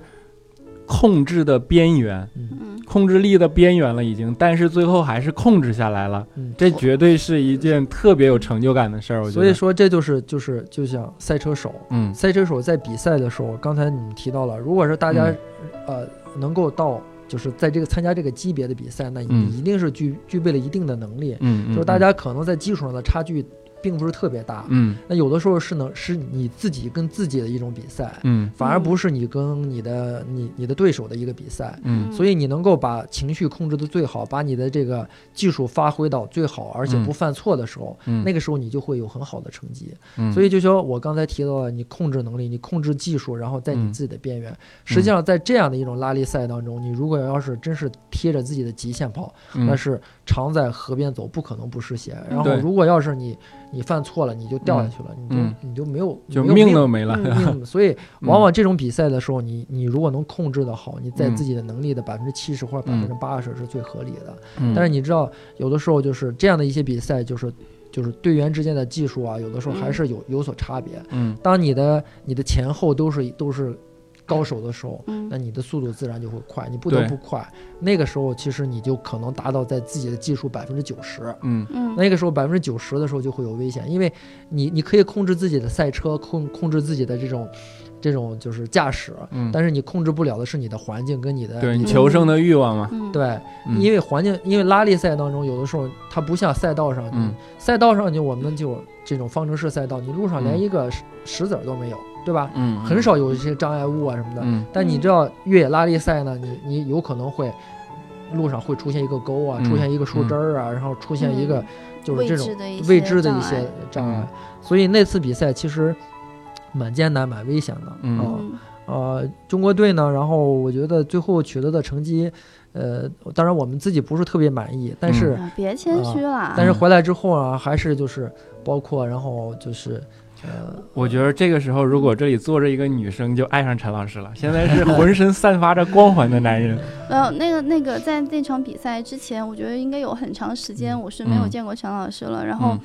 Speaker 2: 控制的边缘，
Speaker 4: 嗯，
Speaker 2: 控制力的边缘了已经，但是最后还是控制下来了，
Speaker 1: 嗯，
Speaker 2: 这绝对是一件特别有成就感的事儿，我觉得。
Speaker 1: 所以，说这就是就是就像赛车手，
Speaker 2: 嗯
Speaker 1: 赛车手在比赛的时候，刚才你们提到了，如果是大
Speaker 2: 嗯
Speaker 1: 家、呃能够到就是在这个参加这个级别的比赛，那
Speaker 2: 嗯
Speaker 1: 你一定是具具备了一定的能力，
Speaker 2: 嗯，
Speaker 1: 就是
Speaker 2: 嗯
Speaker 1: 大家可能在技术上的差距并不是特别大。
Speaker 2: 嗯
Speaker 1: 那有的时候是能是你自己跟自己的一种比赛，
Speaker 2: 嗯
Speaker 1: 反而不是你跟你的你你的对手的一个比赛。
Speaker 2: 嗯
Speaker 1: 所以你能够把情绪控制的最好，把你的这个技术发挥到最好，而且
Speaker 2: 嗯
Speaker 1: 不犯错的时候，
Speaker 2: 嗯，
Speaker 1: 那个时候你就会有很好的成绩。
Speaker 2: 嗯
Speaker 1: 所以就像我刚才提到的，你控制能力，你控制技术，然后在你
Speaker 2: 嗯
Speaker 1: 自己的边缘。实际上，在这样的一种拉力赛当中，你如果要是真是贴着自己的极限跑，
Speaker 2: 嗯
Speaker 1: 那是常在河边走，不可能不湿鞋。然后
Speaker 2: 对，
Speaker 1: 如果要是你你犯错了，你就掉下去了，
Speaker 2: 嗯
Speaker 1: 你就你就没有
Speaker 2: 就
Speaker 1: 没有
Speaker 2: 命都没了。
Speaker 1: 嗯嗯 所以，往往这种比赛的时候，你你如果能控制的好，你在
Speaker 2: 嗯
Speaker 1: 自己的能力的百分之七十或者百分之八十是最合理的。
Speaker 2: 嗯
Speaker 1: 但是你知道，有的时候就是这样的一些比赛，就是就是队员之间的技术啊，有的时候还是有有所差别。
Speaker 2: 嗯
Speaker 1: 当你的你的前后都是都是高手的时候，
Speaker 4: 嗯
Speaker 1: 那你的速度自然就会快，你不得
Speaker 2: 对
Speaker 1: 不快。那个时候，其实你就可能达到在自己的技术百分之九十。
Speaker 2: 嗯
Speaker 4: 嗯
Speaker 1: 那个时候百分之九十的时候就会有危险，因为你你可以控制自己的赛车，控控制自己的这种这种就是驾驶，
Speaker 2: 嗯，
Speaker 1: 但是你控制不了的是你的环境跟你的
Speaker 2: 对
Speaker 1: 你
Speaker 2: 你
Speaker 1: 的
Speaker 2: 求生的欲望嘛，
Speaker 4: 嗯
Speaker 1: 对，
Speaker 2: 嗯
Speaker 1: 因为环境，因为拉力赛当中有的时候它不像赛道上，
Speaker 2: 嗯
Speaker 1: 赛道上就我们就这种方程式赛道，你路上
Speaker 2: 嗯
Speaker 1: 连一个石石子儿都没有，对吧？
Speaker 2: 嗯
Speaker 1: 很。少有一些障碍物啊什么的。
Speaker 2: 嗯
Speaker 1: 但你知道越野拉力赛呢，你你有可能会路上会出现一个沟啊，
Speaker 2: 嗯
Speaker 1: 出现一个树枝儿啊，然后出现一个
Speaker 4: 嗯
Speaker 1: 就是这种
Speaker 4: 未知的一些
Speaker 1: 未知的一
Speaker 4: 障
Speaker 1: 些
Speaker 4: 碍
Speaker 1: 障碍，
Speaker 2: 嗯
Speaker 1: 所以那次比赛其实蛮艰难、蛮危险的。
Speaker 2: 嗯
Speaker 1: 啊
Speaker 4: 嗯
Speaker 1: 呃，中国队呢，然后我觉得最后取得的成绩，呃，当然我们自己不是特别满意，但
Speaker 2: 嗯
Speaker 1: 是、
Speaker 4: 啊别谦虚啦，
Speaker 1: 但是回来之后啊，还是就是包括然后就是，呃，
Speaker 2: 我觉得这个时候，如果这里坐着一个女生，就爱上陈老师 了。现在是浑身散发着光环的男人。
Speaker 4: 呃，那个那个，在那场比赛之前，我觉得应该有很长时间我是没有
Speaker 2: 嗯
Speaker 4: 见过陈老师了。
Speaker 1: 嗯
Speaker 4: 然后，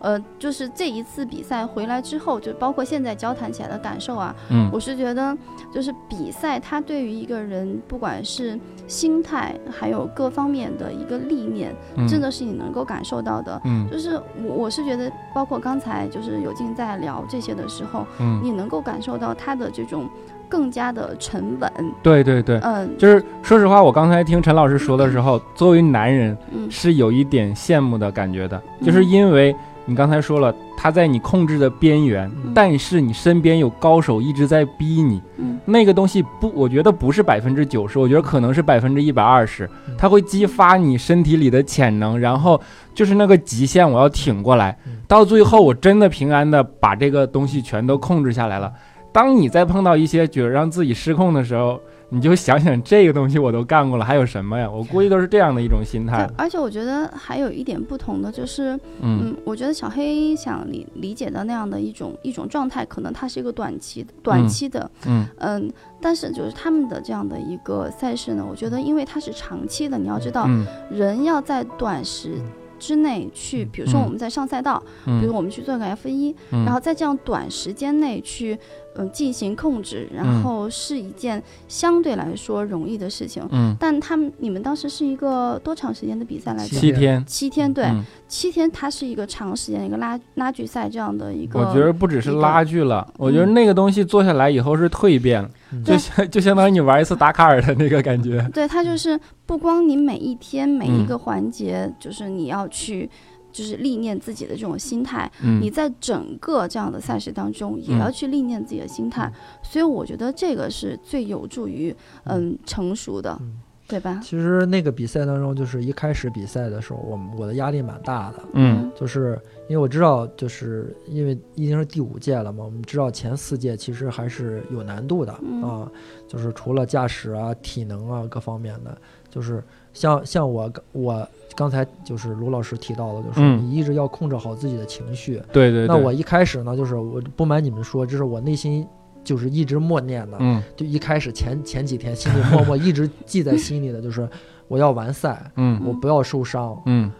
Speaker 4: 呃，就是这一次比赛回来之后，就包括现在交谈起来的感受啊，
Speaker 2: 嗯
Speaker 4: 我是觉得就是比赛它对于一个人，不管是心态还有各方面的一个历练，
Speaker 2: 嗯，
Speaker 4: 真的是你能够感受到的。
Speaker 2: 嗯，
Speaker 4: 就是我我是觉得，包括刚才就是有静在聊这些的时候，
Speaker 2: 嗯
Speaker 4: 你能够感受到他的这种更加的沉稳，
Speaker 2: 对对对，
Speaker 4: 嗯
Speaker 2: 就是说实话，我刚才听陈老师说的时候，作为男人
Speaker 4: 嗯
Speaker 2: 是有一点羡慕的感觉的，
Speaker 4: 嗯
Speaker 2: 就是因为你刚才说了，他在你控制的边缘，
Speaker 1: 嗯
Speaker 2: 但是你身边有高手一直在逼你，
Speaker 4: 嗯
Speaker 2: 那个东西不，我觉得不是百分之九十，我觉得可能是百分之一百二十
Speaker 1: 嗯，
Speaker 2: 它会激发你身体里的潜能，然后就是那个极限，我要挺过来
Speaker 1: 嗯，
Speaker 2: 到最后我真的平安的把这个东西全都控制下来了。当你再碰到一些觉得让自己失控的时候，你就想想这个东西我都干过了，还有什么呀？我估计都是这样的一种心态
Speaker 4: 对。，而且我觉得还有一点不同的就是，
Speaker 2: 嗯
Speaker 4: 嗯，我觉得小黑想理理解的那样的一种一种状态，可能它是一个短期短期的，
Speaker 2: 嗯
Speaker 4: 嗯但是就是他们的这样的一个赛事呢，我觉得因为它是长期的，你要知道，
Speaker 2: 嗯
Speaker 4: 人要在短时之内去，比如说
Speaker 2: 嗯
Speaker 4: 我们在上赛道，比如
Speaker 2: 嗯
Speaker 4: 我们去做个 F 一、
Speaker 2: 嗯，
Speaker 4: 然后在这样短时间内去，嗯、进行控制，然
Speaker 2: 嗯
Speaker 4: 后是一件相对来说容易的事情。
Speaker 2: 嗯
Speaker 4: 但他们你们当时是一个多长时间的比赛来着？
Speaker 2: 七天，
Speaker 4: 七天，对，
Speaker 2: 嗯
Speaker 4: 七天它是一个长时间一个拉拉锯赛这样的
Speaker 1: 嗯
Speaker 4: 一个。
Speaker 2: 我觉得不只是
Speaker 4: 一个
Speaker 2: 拉锯了，我觉得
Speaker 4: 嗯
Speaker 2: 那个东西做下来以后是蜕变了，
Speaker 1: 嗯
Speaker 2: 就相 就相当于你玩一次达喀尔的那个感觉。
Speaker 4: 对，它就是不光你每一天每一
Speaker 2: 嗯
Speaker 4: 个环节，就是你要去，就是历练自己的这种心态。
Speaker 2: 嗯
Speaker 4: 你在整个这样的赛事当中，也
Speaker 2: 嗯
Speaker 4: 要去历练自己的心
Speaker 1: 嗯
Speaker 4: 态。所以我觉得这个是最有助于嗯成熟的，
Speaker 1: 嗯
Speaker 4: 对吧？
Speaker 1: 其实那个比赛当中，就是一开始比赛的时候，我们我的压力蛮大的，
Speaker 2: 嗯
Speaker 1: 就是因为我知道，就是因为已经是第五届了嘛，我们知道前四届其实还是有难度的、
Speaker 4: 嗯
Speaker 1: 啊，就是除了驾驶啊、体能啊各方面的，就是像像我我刚才就是卢老师提到的，就是
Speaker 2: 嗯
Speaker 1: 你一直要控制好自己的情绪。
Speaker 2: 对对对，
Speaker 1: 那我一开始呢，就是我不瞒你们说，这是我内心就是一直默念的，
Speaker 2: 嗯
Speaker 1: 就一开始前前几天心里默默一直记在心里的，就是我要完赛，
Speaker 2: 嗯
Speaker 1: 我不要受伤，
Speaker 2: 嗯，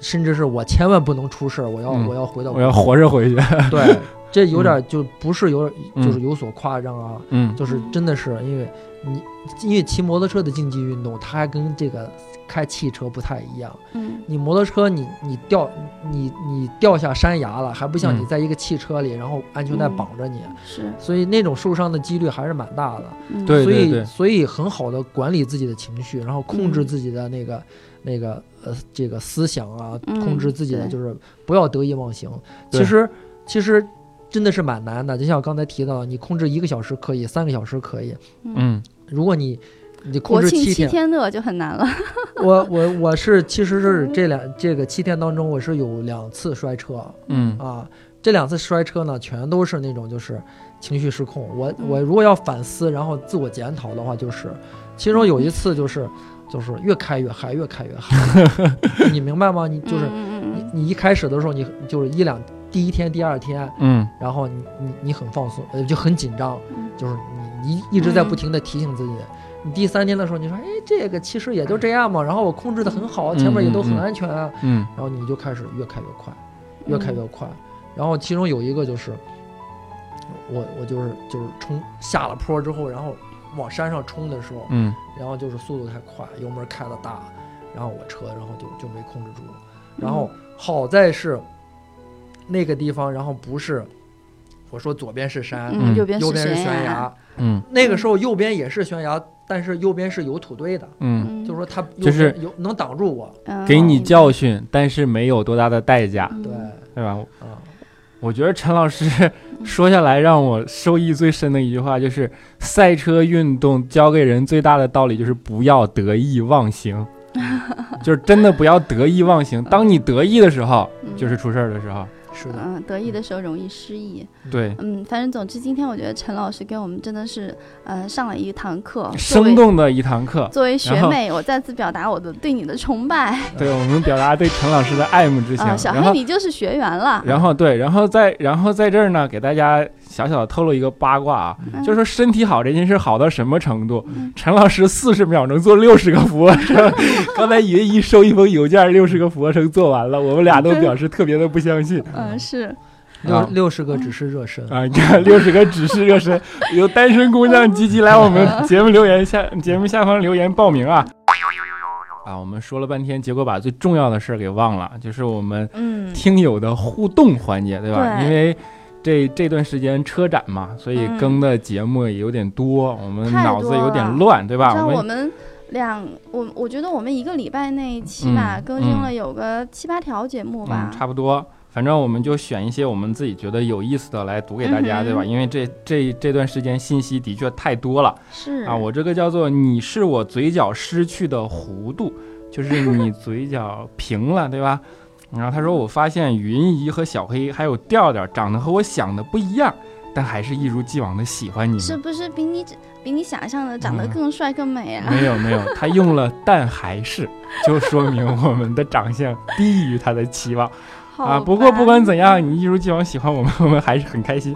Speaker 1: 甚至是我千万不能出事儿，我要、
Speaker 2: 嗯
Speaker 1: 我要回到
Speaker 2: 我要活着回去。
Speaker 1: 对，这有点就不是有点就是
Speaker 2: 嗯
Speaker 1: 有所夸张啊，
Speaker 2: 嗯
Speaker 1: 就是真的是因为你因为骑摩托车的竞技运动，它还跟这个开汽车不太一样。
Speaker 4: 嗯
Speaker 1: 你摩托车你你掉你你掉下山崖了，还不像
Speaker 2: 嗯
Speaker 1: 你在一个汽车里，然后安全带
Speaker 4: 嗯
Speaker 1: 绑着你，
Speaker 4: 是，
Speaker 1: 所以那种受伤的几率还是蛮大的。
Speaker 4: 嗯
Speaker 2: 对
Speaker 1: 所以
Speaker 2: 对
Speaker 1: 所以很好的管理自己的情绪，然后控制
Speaker 4: 嗯
Speaker 1: 自己的那个、那个呃这个思想啊，
Speaker 4: 嗯
Speaker 1: 控制自己的
Speaker 4: 对
Speaker 1: 就是不要得意忘形。
Speaker 2: 对
Speaker 1: 其实其实真的是蛮难的，就像我刚才提到，你控制一个小时可以，三个小时可以，
Speaker 2: 嗯
Speaker 1: 如果你你控
Speaker 4: 国
Speaker 1: 制
Speaker 4: 庆
Speaker 1: 七
Speaker 4: 七
Speaker 1: 天，
Speaker 4: 天乐就很难了。
Speaker 1: 我我我是其实
Speaker 4: 嗯
Speaker 1: 是这两这个七天当中，我是有两次摔车
Speaker 2: 嗯
Speaker 1: 啊，这两次摔车呢，全都是那种就是情绪失控。我
Speaker 2: 嗯
Speaker 1: 我如果要反思，然后自我检讨的话，就是其中有一次就是就是越开越嗨，越开越嗨， 你明白吗？你就是你
Speaker 4: 嗯嗯
Speaker 1: 你一开始的时候，你就是一两第一天、第二天，
Speaker 2: 嗯
Speaker 1: 然后你你你很放松，呃，就很紧张，
Speaker 4: 嗯
Speaker 1: 就是你你一直
Speaker 2: 嗯
Speaker 1: 在不停的提醒自己。你第三天的时候，你说，哎，这个其实也就这样嘛，然后我控制的很好，前面也都很安全啊，
Speaker 2: 嗯
Speaker 1: 然后你就开始越开越快，越
Speaker 4: 嗯
Speaker 1: 开越快。然后其中有一个就是，我我就是就是冲下了坡之后，然后往山上冲的时候，
Speaker 2: 嗯
Speaker 1: 然后就是速度太快，油门开的大，然后我车然后就就没控制住，然后好在是那个地方，然后不是我说左边是山，
Speaker 4: 嗯，
Speaker 2: 嗯
Speaker 4: 右边
Speaker 1: 右
Speaker 4: 是
Speaker 1: 边是悬
Speaker 4: 崖，
Speaker 1: 崖，
Speaker 2: 嗯
Speaker 1: 那个时候右边也是悬崖，但是右边是有土堆的，
Speaker 2: 嗯，
Speaker 4: 嗯
Speaker 1: 就是说它右
Speaker 2: 就是
Speaker 1: 边有能挡住我，
Speaker 4: 嗯
Speaker 2: 给你教训，但是没有多大的代价，
Speaker 1: 对
Speaker 4: 嗯
Speaker 2: 对吧？
Speaker 1: 啊，
Speaker 2: 我觉得陈老师 说下来，让我受益最深的一句话就是：赛车运动教给人最大的道理就是不要得意忘形，
Speaker 1: 嗯
Speaker 2: 就是真的不要得意忘形。当你得意的时候，
Speaker 4: 嗯
Speaker 2: 就是出事儿的时候。
Speaker 1: 是 的，
Speaker 4: 嗯，得意的时候容易失意。
Speaker 2: 对，
Speaker 4: 嗯，反正总之，今天我觉得陈老师给我们真的是，呃，上了一堂课，作为
Speaker 2: 生动的一堂课，
Speaker 4: 作为
Speaker 2: 然
Speaker 4: 学
Speaker 2: 后
Speaker 4: 妹，我再次表达我的对你的崇拜。
Speaker 2: 对我们表达对陈老师的爱慕之情。
Speaker 4: 啊，小
Speaker 2: 然
Speaker 4: 黑，
Speaker 2: 后，
Speaker 4: 你就是学员了。
Speaker 2: 然后对，然后在然后在这儿呢，给大家小小的透露一个八卦啊，
Speaker 4: 嗯
Speaker 2: 就是说身体好这件事好到什么程度？
Speaker 4: 嗯
Speaker 2: 陈老师四十秒能做六十个俯卧 撑，刚才云一收一封邮件，六十个俯卧撑做完了，我们俩都表示特别的不相信
Speaker 4: 嗯，是，
Speaker 1: 六
Speaker 2: 啊
Speaker 1: 六十个只是热身，
Speaker 2: 啊！你看六十个只是 热身，有单身姑娘积极来我们节目留言 下节目下方留言报名啊！啊，我们说了半天，结果把最重要的事儿给忘了，就是我们
Speaker 4: 嗯，
Speaker 2: 听友的互动环节，对吧？
Speaker 4: 对
Speaker 2: 因为这这段时间车展嘛，所以
Speaker 4: 嗯
Speaker 2: 更的节目也有点多，我们
Speaker 4: 太
Speaker 2: 脑子
Speaker 4: 多
Speaker 2: 有
Speaker 4: 了
Speaker 2: 点乱，对吧？
Speaker 4: 像
Speaker 2: 我
Speaker 4: 我
Speaker 2: 们
Speaker 4: 们两，我我觉得我们一个礼拜那期吧，
Speaker 2: 嗯
Speaker 4: 更新
Speaker 2: 嗯
Speaker 4: 了有个七八条节目吧
Speaker 2: 嗯，。差不多。反正我们就选一些我们自己觉得有意思的来读给大家，
Speaker 4: 嗯哼
Speaker 2: 对吧？因为这这这段时间信息的确太多了
Speaker 4: 是
Speaker 2: 啊！我这个叫做“你是我嘴角失去的弧度”，就是 你嘴角平了，对吧？然后他说：“我发现云姨和小黑还有调调长得和我想的不一样，但还是一如既往的喜欢你们。”
Speaker 4: 是不是比你比你想象的长得
Speaker 2: 嗯
Speaker 4: 更帅更美啊？
Speaker 2: 没有没有，他用了“但还是”，就说明我们的长相低于他的期望
Speaker 4: 好
Speaker 2: 啊。不过
Speaker 4: 吧
Speaker 2: 不管怎样，你一如既往喜欢我们，我们还是很开心。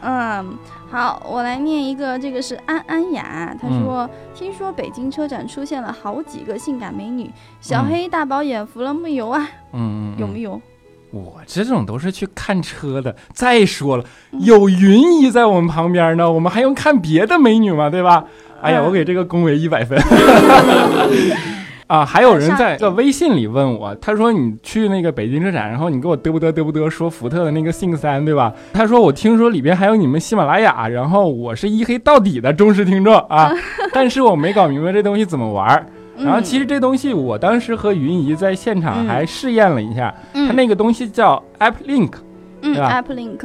Speaker 4: 嗯，好，我来念一个，这个是安安雅，
Speaker 2: 嗯
Speaker 4: 她说：“听说北京车展出现了好几个性感美女，小
Speaker 2: 嗯
Speaker 4: 黑大饱眼福了木有啊？
Speaker 2: 嗯，嗯
Speaker 4: 有没有？
Speaker 2: 我这种都是去看车的。再说了，有云姨在我们旁边呢，我们还用看别的美女吗？对吧？哎呀，
Speaker 4: 嗯
Speaker 2: 我给这个恭 维一百分。啊，还有人在
Speaker 4: 上一
Speaker 2: 在微信里问我，他说你去那个北京车展，然后你给我嘚不嘚嘚不嘚说福特的那个 Think 三，对吧？他说我听说里边还有你们喜马拉雅，然后我是一黑到底的忠实听众 啊，但是我没搞明白这东西怎么玩儿。然后其实这东西我当时和云姨在现场
Speaker 4: 嗯
Speaker 2: 还试验了一下，
Speaker 4: 嗯
Speaker 2: 它那个东西叫 App Link，
Speaker 4: 嗯
Speaker 2: 对吧
Speaker 4: ，App Link，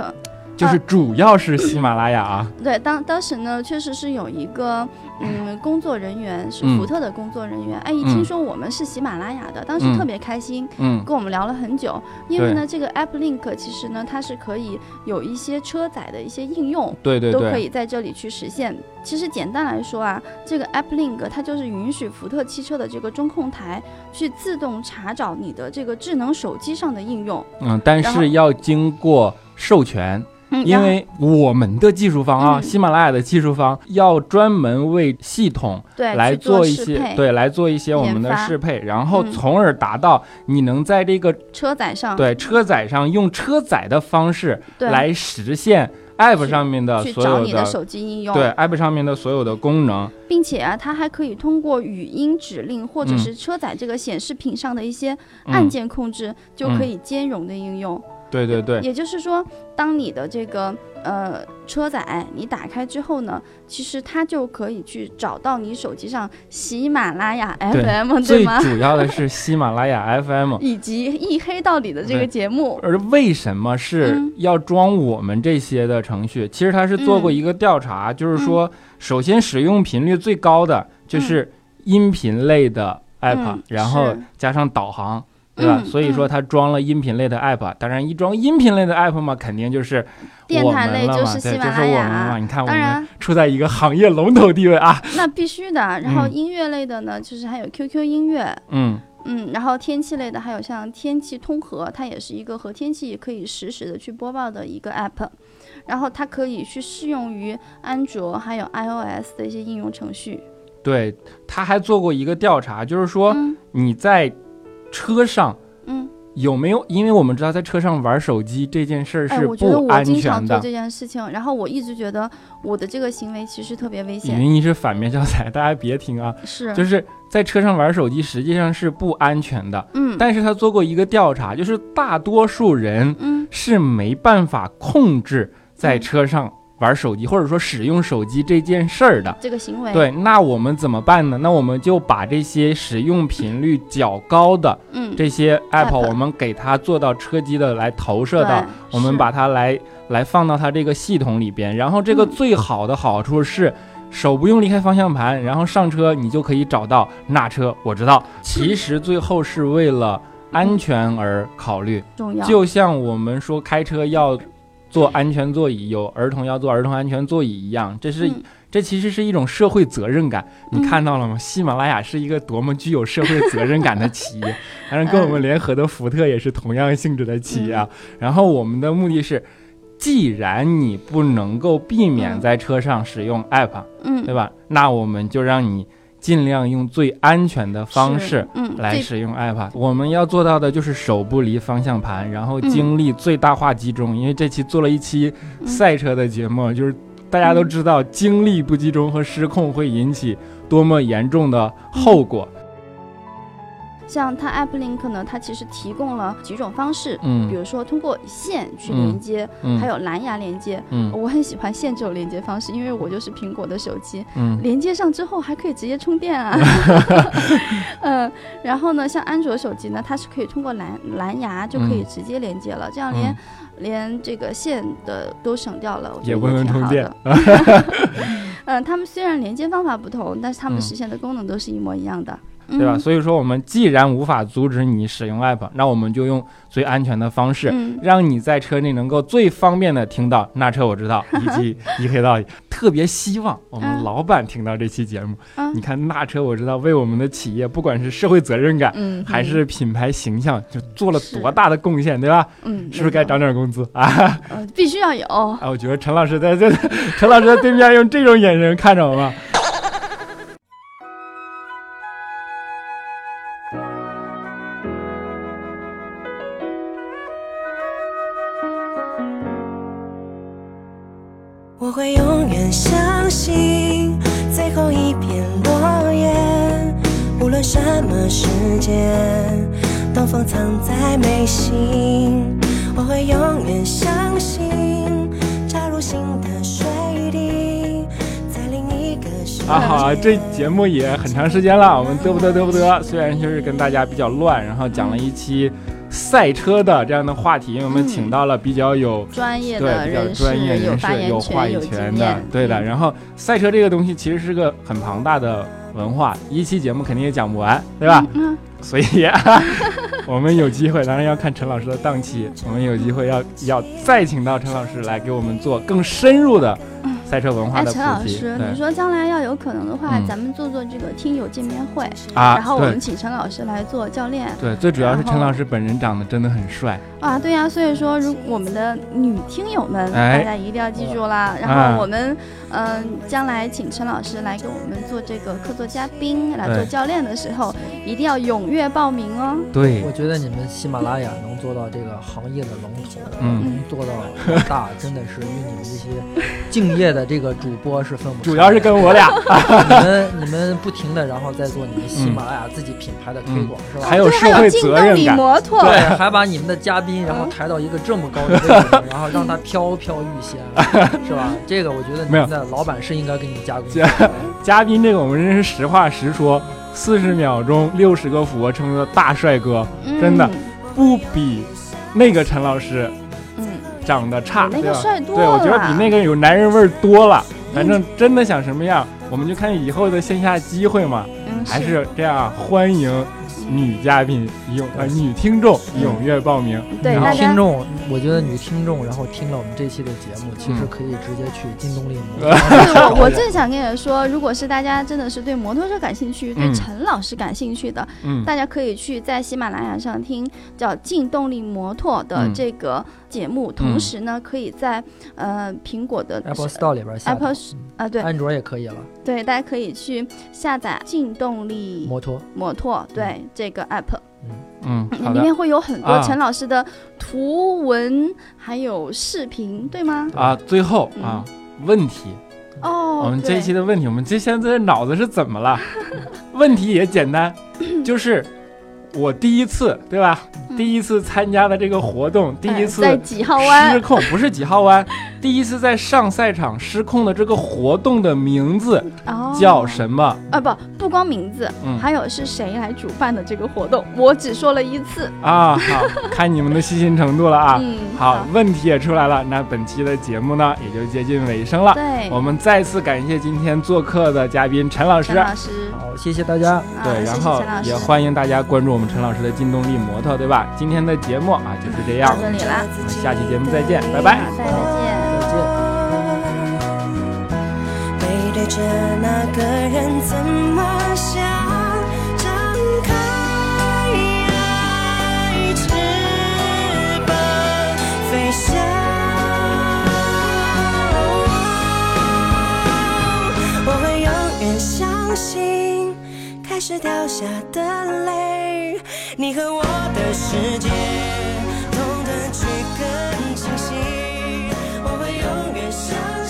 Speaker 2: 就是
Speaker 4: 啊
Speaker 2: 主要是喜马拉雅啊。
Speaker 4: 对，当当时呢，确实是有一个嗯工作人员是
Speaker 2: 嗯
Speaker 4: 福特的工作人员，哎，一
Speaker 2: 嗯
Speaker 4: 听说我们是喜马拉雅的，当时
Speaker 2: 嗯
Speaker 4: 特别开心，
Speaker 2: 嗯
Speaker 4: 跟我们聊了很久，因为呢，这个 App Link 其实呢，它是可以有一些车载的一些应用。
Speaker 2: 对对
Speaker 4: 都可
Speaker 2: 对，
Speaker 4: 以在这里去实现。其实简单来说啊，这个 App Link 它就是允许福特汽车的这个中控台去自动查找你的这个智能手机上的应用。
Speaker 2: 嗯，但
Speaker 4: 然后
Speaker 2: 是要经过授权，
Speaker 4: 嗯，
Speaker 2: 因
Speaker 4: 然后
Speaker 2: 为我们的技术方啊，
Speaker 4: 嗯
Speaker 2: 喜马拉雅的技术方要专门为系统
Speaker 4: 对
Speaker 2: 来
Speaker 4: 去做
Speaker 2: 一
Speaker 4: 适
Speaker 2: 些
Speaker 4: 配
Speaker 2: 对来做一些我们的
Speaker 4: 研发
Speaker 2: 适配，然后
Speaker 4: 嗯
Speaker 2: 从而达到你能在这个
Speaker 4: 车载上
Speaker 2: 对车载上用车载的方式
Speaker 4: 对
Speaker 2: 来实现 App
Speaker 4: 去
Speaker 2: 上面的
Speaker 4: 去
Speaker 2: 所
Speaker 4: 找
Speaker 2: 有
Speaker 4: 你的手机应用，
Speaker 2: 对 App 上面的所有的功能，
Speaker 4: 并且啊，它还可以通过语音指令或者
Speaker 2: 嗯
Speaker 4: 是车载这个显示屏上的一些
Speaker 2: 嗯
Speaker 4: 按键控制，就可
Speaker 2: 嗯
Speaker 4: 以兼容的应用。
Speaker 2: 对对对，
Speaker 4: 也就是说，当你的这个呃车载你打开之后呢，其实它就可以去找到你手机上喜马拉雅 FM
Speaker 2: 最
Speaker 4: 对吗？
Speaker 2: 主要的是喜马拉雅 FM。
Speaker 4: 以及一黑到底的这
Speaker 2: 对
Speaker 4: 个节目，
Speaker 2: 而为什么是
Speaker 4: 嗯
Speaker 2: 要装我们这些的程序？其实它是做过一个调
Speaker 4: 嗯
Speaker 2: 查，就是说，首先使用频率最高的就是音频类的 app，、
Speaker 4: 嗯
Speaker 2: 然后
Speaker 4: 是
Speaker 2: 加上导航，对吧？
Speaker 4: 嗯
Speaker 2: 所以说它装了音频类的 app。当然，一装音频类的 app 嘛，肯定就是
Speaker 4: 电
Speaker 2: 我
Speaker 4: 台
Speaker 2: 们
Speaker 4: 类
Speaker 2: 了
Speaker 4: 就
Speaker 2: 嘛，
Speaker 4: 是
Speaker 2: 对，
Speaker 4: 喜
Speaker 2: 就
Speaker 4: 马
Speaker 2: 是
Speaker 4: 拉
Speaker 2: 我们
Speaker 4: 雅
Speaker 2: 嘛。你看我
Speaker 4: 当
Speaker 2: 们
Speaker 4: 然，
Speaker 2: 处在一个行业龙头地位啊，
Speaker 4: 那必须的。然后
Speaker 2: 嗯
Speaker 4: 音乐类的呢，就是还有 QQ 音乐，
Speaker 2: 嗯，
Speaker 4: 嗯，然后天气类的还有像天气通和，它也是一个和天气可以实时的去播报的一个 app，然后它可以去适用于安卓还有 iOS 的一些应用程序。
Speaker 2: 对，他还做过一个调查，就是说
Speaker 4: 嗯
Speaker 2: 你在车上。
Speaker 4: 嗯，
Speaker 2: 有没有？因为我们知道在车上玩手机这件事儿
Speaker 4: 哎，
Speaker 2: 是
Speaker 4: 我觉得
Speaker 2: 不
Speaker 4: 我
Speaker 2: 安
Speaker 4: 经常
Speaker 2: 全
Speaker 4: 做
Speaker 2: 的。
Speaker 4: 这件事情，然后我一直觉得我的这个行为其实特别危险，
Speaker 2: 云一是反面教材， 大家别听啊！
Speaker 4: 是，
Speaker 2: 嗯就是在车上玩手机实际上是不安全的。
Speaker 4: 嗯
Speaker 2: 但是他做过一个调查，就是大多数人
Speaker 4: 嗯
Speaker 2: 是没办法控制在车上玩手机或者说使用手机这件事儿的。
Speaker 4: 这个行为，，
Speaker 2: 对，那我们怎么办呢？那我们就把这些使用频率较高的
Speaker 4: 嗯，
Speaker 2: 这些 app，
Speaker 4: App
Speaker 2: 我们给它做到车机的来投射到
Speaker 4: 对
Speaker 2: 我们
Speaker 4: 是
Speaker 2: 把它来来放到它这个系统里边，然后这个
Speaker 4: 嗯
Speaker 2: 最好的好处是。手不用离开方向盘，然后上车你就可以找到那车。我知道，其实最后是为了安全而考虑，
Speaker 4: 重要，
Speaker 2: 就像我们说开车要坐安全座椅，有儿童要坐儿童安全座椅一样，这是、
Speaker 4: 嗯
Speaker 2: 这其实是一种社会责任感。你
Speaker 4: 嗯
Speaker 2: 看到了吗？喜马拉雅是一个多么具有社会责任感的企业，当然跟我
Speaker 4: 嗯
Speaker 2: 们联合的福特也是同样性质的企业啊。然后我们的目的是，既然你不能够避免
Speaker 4: 嗯
Speaker 2: 在车上使用 app，、
Speaker 4: 嗯，
Speaker 2: 对吧？那我们就让你尽量用最安全的方
Speaker 4: 是
Speaker 2: 式。，
Speaker 4: 嗯，
Speaker 2: 来
Speaker 4: 最
Speaker 2: 使用 iPad，我们要做到的就是手不离方向盘，然后
Speaker 4: 嗯
Speaker 2: 精力最大化集中。因为这期做了一期
Speaker 4: 嗯
Speaker 2: 赛车的节目，就是大家都知道精力不集中和失控会引起多么严重的后果。
Speaker 4: 像它 App Link 呢，它其实提供了几种方式，比
Speaker 2: 嗯
Speaker 4: 如说通过线去
Speaker 2: 嗯
Speaker 4: 连接，
Speaker 2: 嗯，
Speaker 4: 还有蓝牙连接。
Speaker 2: 嗯
Speaker 4: 我很喜欢线这种连接方式，因为我就是苹果的手机，
Speaker 2: 嗯
Speaker 4: 连接上之后还可以直接充电啊。嗯，然后呢，像安卓手机呢，它是可以通过蓝蓝牙就可以
Speaker 2: 嗯
Speaker 4: 直接连接了，这样连、
Speaker 2: 嗯，
Speaker 4: 连这个线的都省掉了，我觉
Speaker 2: 也
Speaker 4: 得
Speaker 2: 不能
Speaker 4: 挺
Speaker 2: 充
Speaker 4: 好
Speaker 2: 电
Speaker 4: 的。。嗯，他们虽然连接方法不同，但是他们
Speaker 2: 嗯
Speaker 4: 实现的功能都是一模一样的，
Speaker 2: 对吧？
Speaker 4: 嗯
Speaker 2: 所以说，我们既然无法阻止你使用 App，那我们就用最安全的方式，
Speaker 4: 嗯，
Speaker 2: 让你在车内能够最方便的听到那车我知 道以及一黑道。特别希望我们
Speaker 4: 嗯
Speaker 2: 老板听到这期节目，
Speaker 4: 嗯
Speaker 2: 你看那车我知道为我们的企业，不管是社会责任感。
Speaker 4: 嗯，
Speaker 2: 还是品牌形象，就做了
Speaker 4: 是
Speaker 2: 多大的贡献，对吧？
Speaker 4: 嗯，
Speaker 2: 是不是该
Speaker 4: 没错
Speaker 2: 涨点工资啊？
Speaker 4: 呃，必须要有。
Speaker 2: 啊，我觉得陈老师在这， 陈老师在对面用这种眼神看着我们。
Speaker 5: 我会永远相信最后一片落叶，无论什么时间，东风藏在眉心。我会永远相信扎入心的水滴，在另一个世界。
Speaker 2: 啊，好啊，这节目也很长时间了，我们嘚不嘚嘚不嘚，虽然就是跟大家比较乱，然后讲了一期赛车的这样的话题，因为我们
Speaker 4: 嗯
Speaker 2: 请到了比较有
Speaker 4: 专业
Speaker 2: 对
Speaker 4: 的
Speaker 2: 比较
Speaker 4: 人士
Speaker 2: 专业
Speaker 4: 有
Speaker 2: 人士
Speaker 4: 发言
Speaker 2: 话
Speaker 4: 权、
Speaker 2: 语
Speaker 4: 有
Speaker 2: 权
Speaker 4: 经
Speaker 2: 的
Speaker 4: 验，，
Speaker 2: 对的。
Speaker 4: 嗯
Speaker 2: 然后赛车这个东西其实是个很庞大的文化，一期节目肯定也讲不完，对吧？
Speaker 4: 嗯，
Speaker 2: 所以、 我们有机会，当然要看陈老师的
Speaker 4: 嗯
Speaker 2: 档期，我们有机会要要再请到陈老师来给我们做更深入的赛车文化
Speaker 4: 哎，
Speaker 2: 的
Speaker 4: 陈老
Speaker 2: 普及。
Speaker 4: 师，
Speaker 2: 对
Speaker 4: 你说将来要有可能的话，
Speaker 2: 嗯
Speaker 4: 咱们做做这个听友见面会，
Speaker 2: 啊，
Speaker 4: 然后我
Speaker 2: 对
Speaker 4: 们请陈老师来做教练
Speaker 2: 对，最主要是
Speaker 4: 然后
Speaker 2: 陈老师本人长得真的很帅，
Speaker 4: 啊，对呀、所以说如我们的女听友们，
Speaker 2: 哎
Speaker 4: 大家一定要记住啦。然
Speaker 2: 啊
Speaker 4: 后我们嗯、将来请陈老师来给我们做这个客座嘉宾，来做
Speaker 2: 对
Speaker 4: 教练的时候，一定要踊跃报名哦。
Speaker 2: 对
Speaker 1: 我觉得你们喜马拉雅能做到这个行业的龙头，
Speaker 2: 嗯
Speaker 1: 能做到老大，真的是与你们这些敬业的这个主播是分不开的。
Speaker 2: 主要是跟我 俩，
Speaker 1: 你们你们不停的，然后再做你们喜马拉雅自己品牌的推广，是吧？
Speaker 2: 嗯还有社
Speaker 4: 还有
Speaker 2: 会
Speaker 4: 劲
Speaker 2: 责
Speaker 4: 动
Speaker 2: 任
Speaker 4: 力
Speaker 2: 感。
Speaker 4: 摩托，
Speaker 1: 对，还把你们的嘉宾，然后抬到一个这么高的位置，然后让他飘飘欲 仙，是吧？这个我觉得你
Speaker 2: 没有
Speaker 1: 们的老板是应该给你加工
Speaker 2: 加。 嘉宾这个我们真是实话实说，四十秒钟六十个俯卧撑的大帅哥，
Speaker 4: 嗯
Speaker 2: 真的不比那个陈老师
Speaker 4: 嗯，
Speaker 2: 长得差，
Speaker 4: 比那
Speaker 2: 啊对
Speaker 4: 个
Speaker 2: 吧？
Speaker 4: 帅多
Speaker 2: 对，
Speaker 4: 了啦。
Speaker 2: 我觉得比那个有男人味儿多了。反正真的想什么样，我们就看以后的线下机会嘛。
Speaker 4: 嗯
Speaker 2: 还是这样啊，欢迎女嘉宾踊呃
Speaker 1: 对
Speaker 2: 女听众踊跃报名。
Speaker 4: 对
Speaker 1: 女
Speaker 4: 大家
Speaker 1: 听 众，我觉得女听众，然后听了我们这期的节目，其实
Speaker 2: 嗯
Speaker 1: 可以直接去金动力模
Speaker 2: 对
Speaker 4: 对
Speaker 1: 特。
Speaker 4: 我我正想跟你说，如果是大家真的是对摩托车感兴趣，对
Speaker 2: 嗯
Speaker 4: 陈老师感兴趣的，
Speaker 2: 嗯，
Speaker 4: 大家可以去在喜马拉雅上听叫《劲动力摩托》的
Speaker 2: 嗯
Speaker 4: 这个节目，同时呢，可以在呃苹果的
Speaker 1: Apple Store 里边下
Speaker 4: Apple
Speaker 1: 的，
Speaker 4: 啊，对
Speaker 1: 安卓也可以了。
Speaker 4: 对，大家可以去下载《劲动力
Speaker 1: 摩托，
Speaker 4: 摩托》对这个 app，
Speaker 2: 嗯，好
Speaker 4: 里
Speaker 2: 的
Speaker 4: 面会有很多
Speaker 2: 啊
Speaker 4: 陈老师的图文还有视频，对吗？
Speaker 2: 啊，最后啊，问题，
Speaker 4: 嗯哦，
Speaker 2: 我们这一
Speaker 4: 对
Speaker 2: 期的问题，我们这现在脑子是怎么 了？问题也简单，就是我第一次对吧？
Speaker 4: 嗯
Speaker 2: 第一次参加的这个活动，第
Speaker 4: 哎
Speaker 2: 一次
Speaker 4: 在几号
Speaker 2: 失
Speaker 4: 弯？
Speaker 2: 控不是几号弯，第一次在上赛场失控的这个活动的名字
Speaker 4: 哦
Speaker 2: 叫什么？
Speaker 4: 啊不，不光名字，
Speaker 2: 嗯
Speaker 4: 还有是谁来主办的这个活动，我只说了一次。
Speaker 2: 啊，好，看你们的细心程度了啊。
Speaker 4: 嗯，
Speaker 2: 好，问题也出来了，那本期的节目呢也就接近尾声了。
Speaker 4: 对，
Speaker 2: 我们再次感谢今天做客的嘉宾陈老师
Speaker 4: 陈，老师，
Speaker 1: 好，谢谢大家。
Speaker 4: 啊
Speaker 2: 对，
Speaker 4: 谢
Speaker 2: 然
Speaker 4: 谢
Speaker 2: 后
Speaker 4: 陈老师
Speaker 2: 也欢迎大家关注我们陈老师的劲动力摩托，对吧？今天的节目啊就是这样
Speaker 4: 到，这里啦，
Speaker 2: 我们下期节目再见，拜拜。
Speaker 4: 再见。
Speaker 1: 再见。
Speaker 5: 背对着那个人怎么想？张开爱翅膀飞翔。我会永远相信开始掉下的泪，你和我的世界痛得去更清晰。我会永远相信。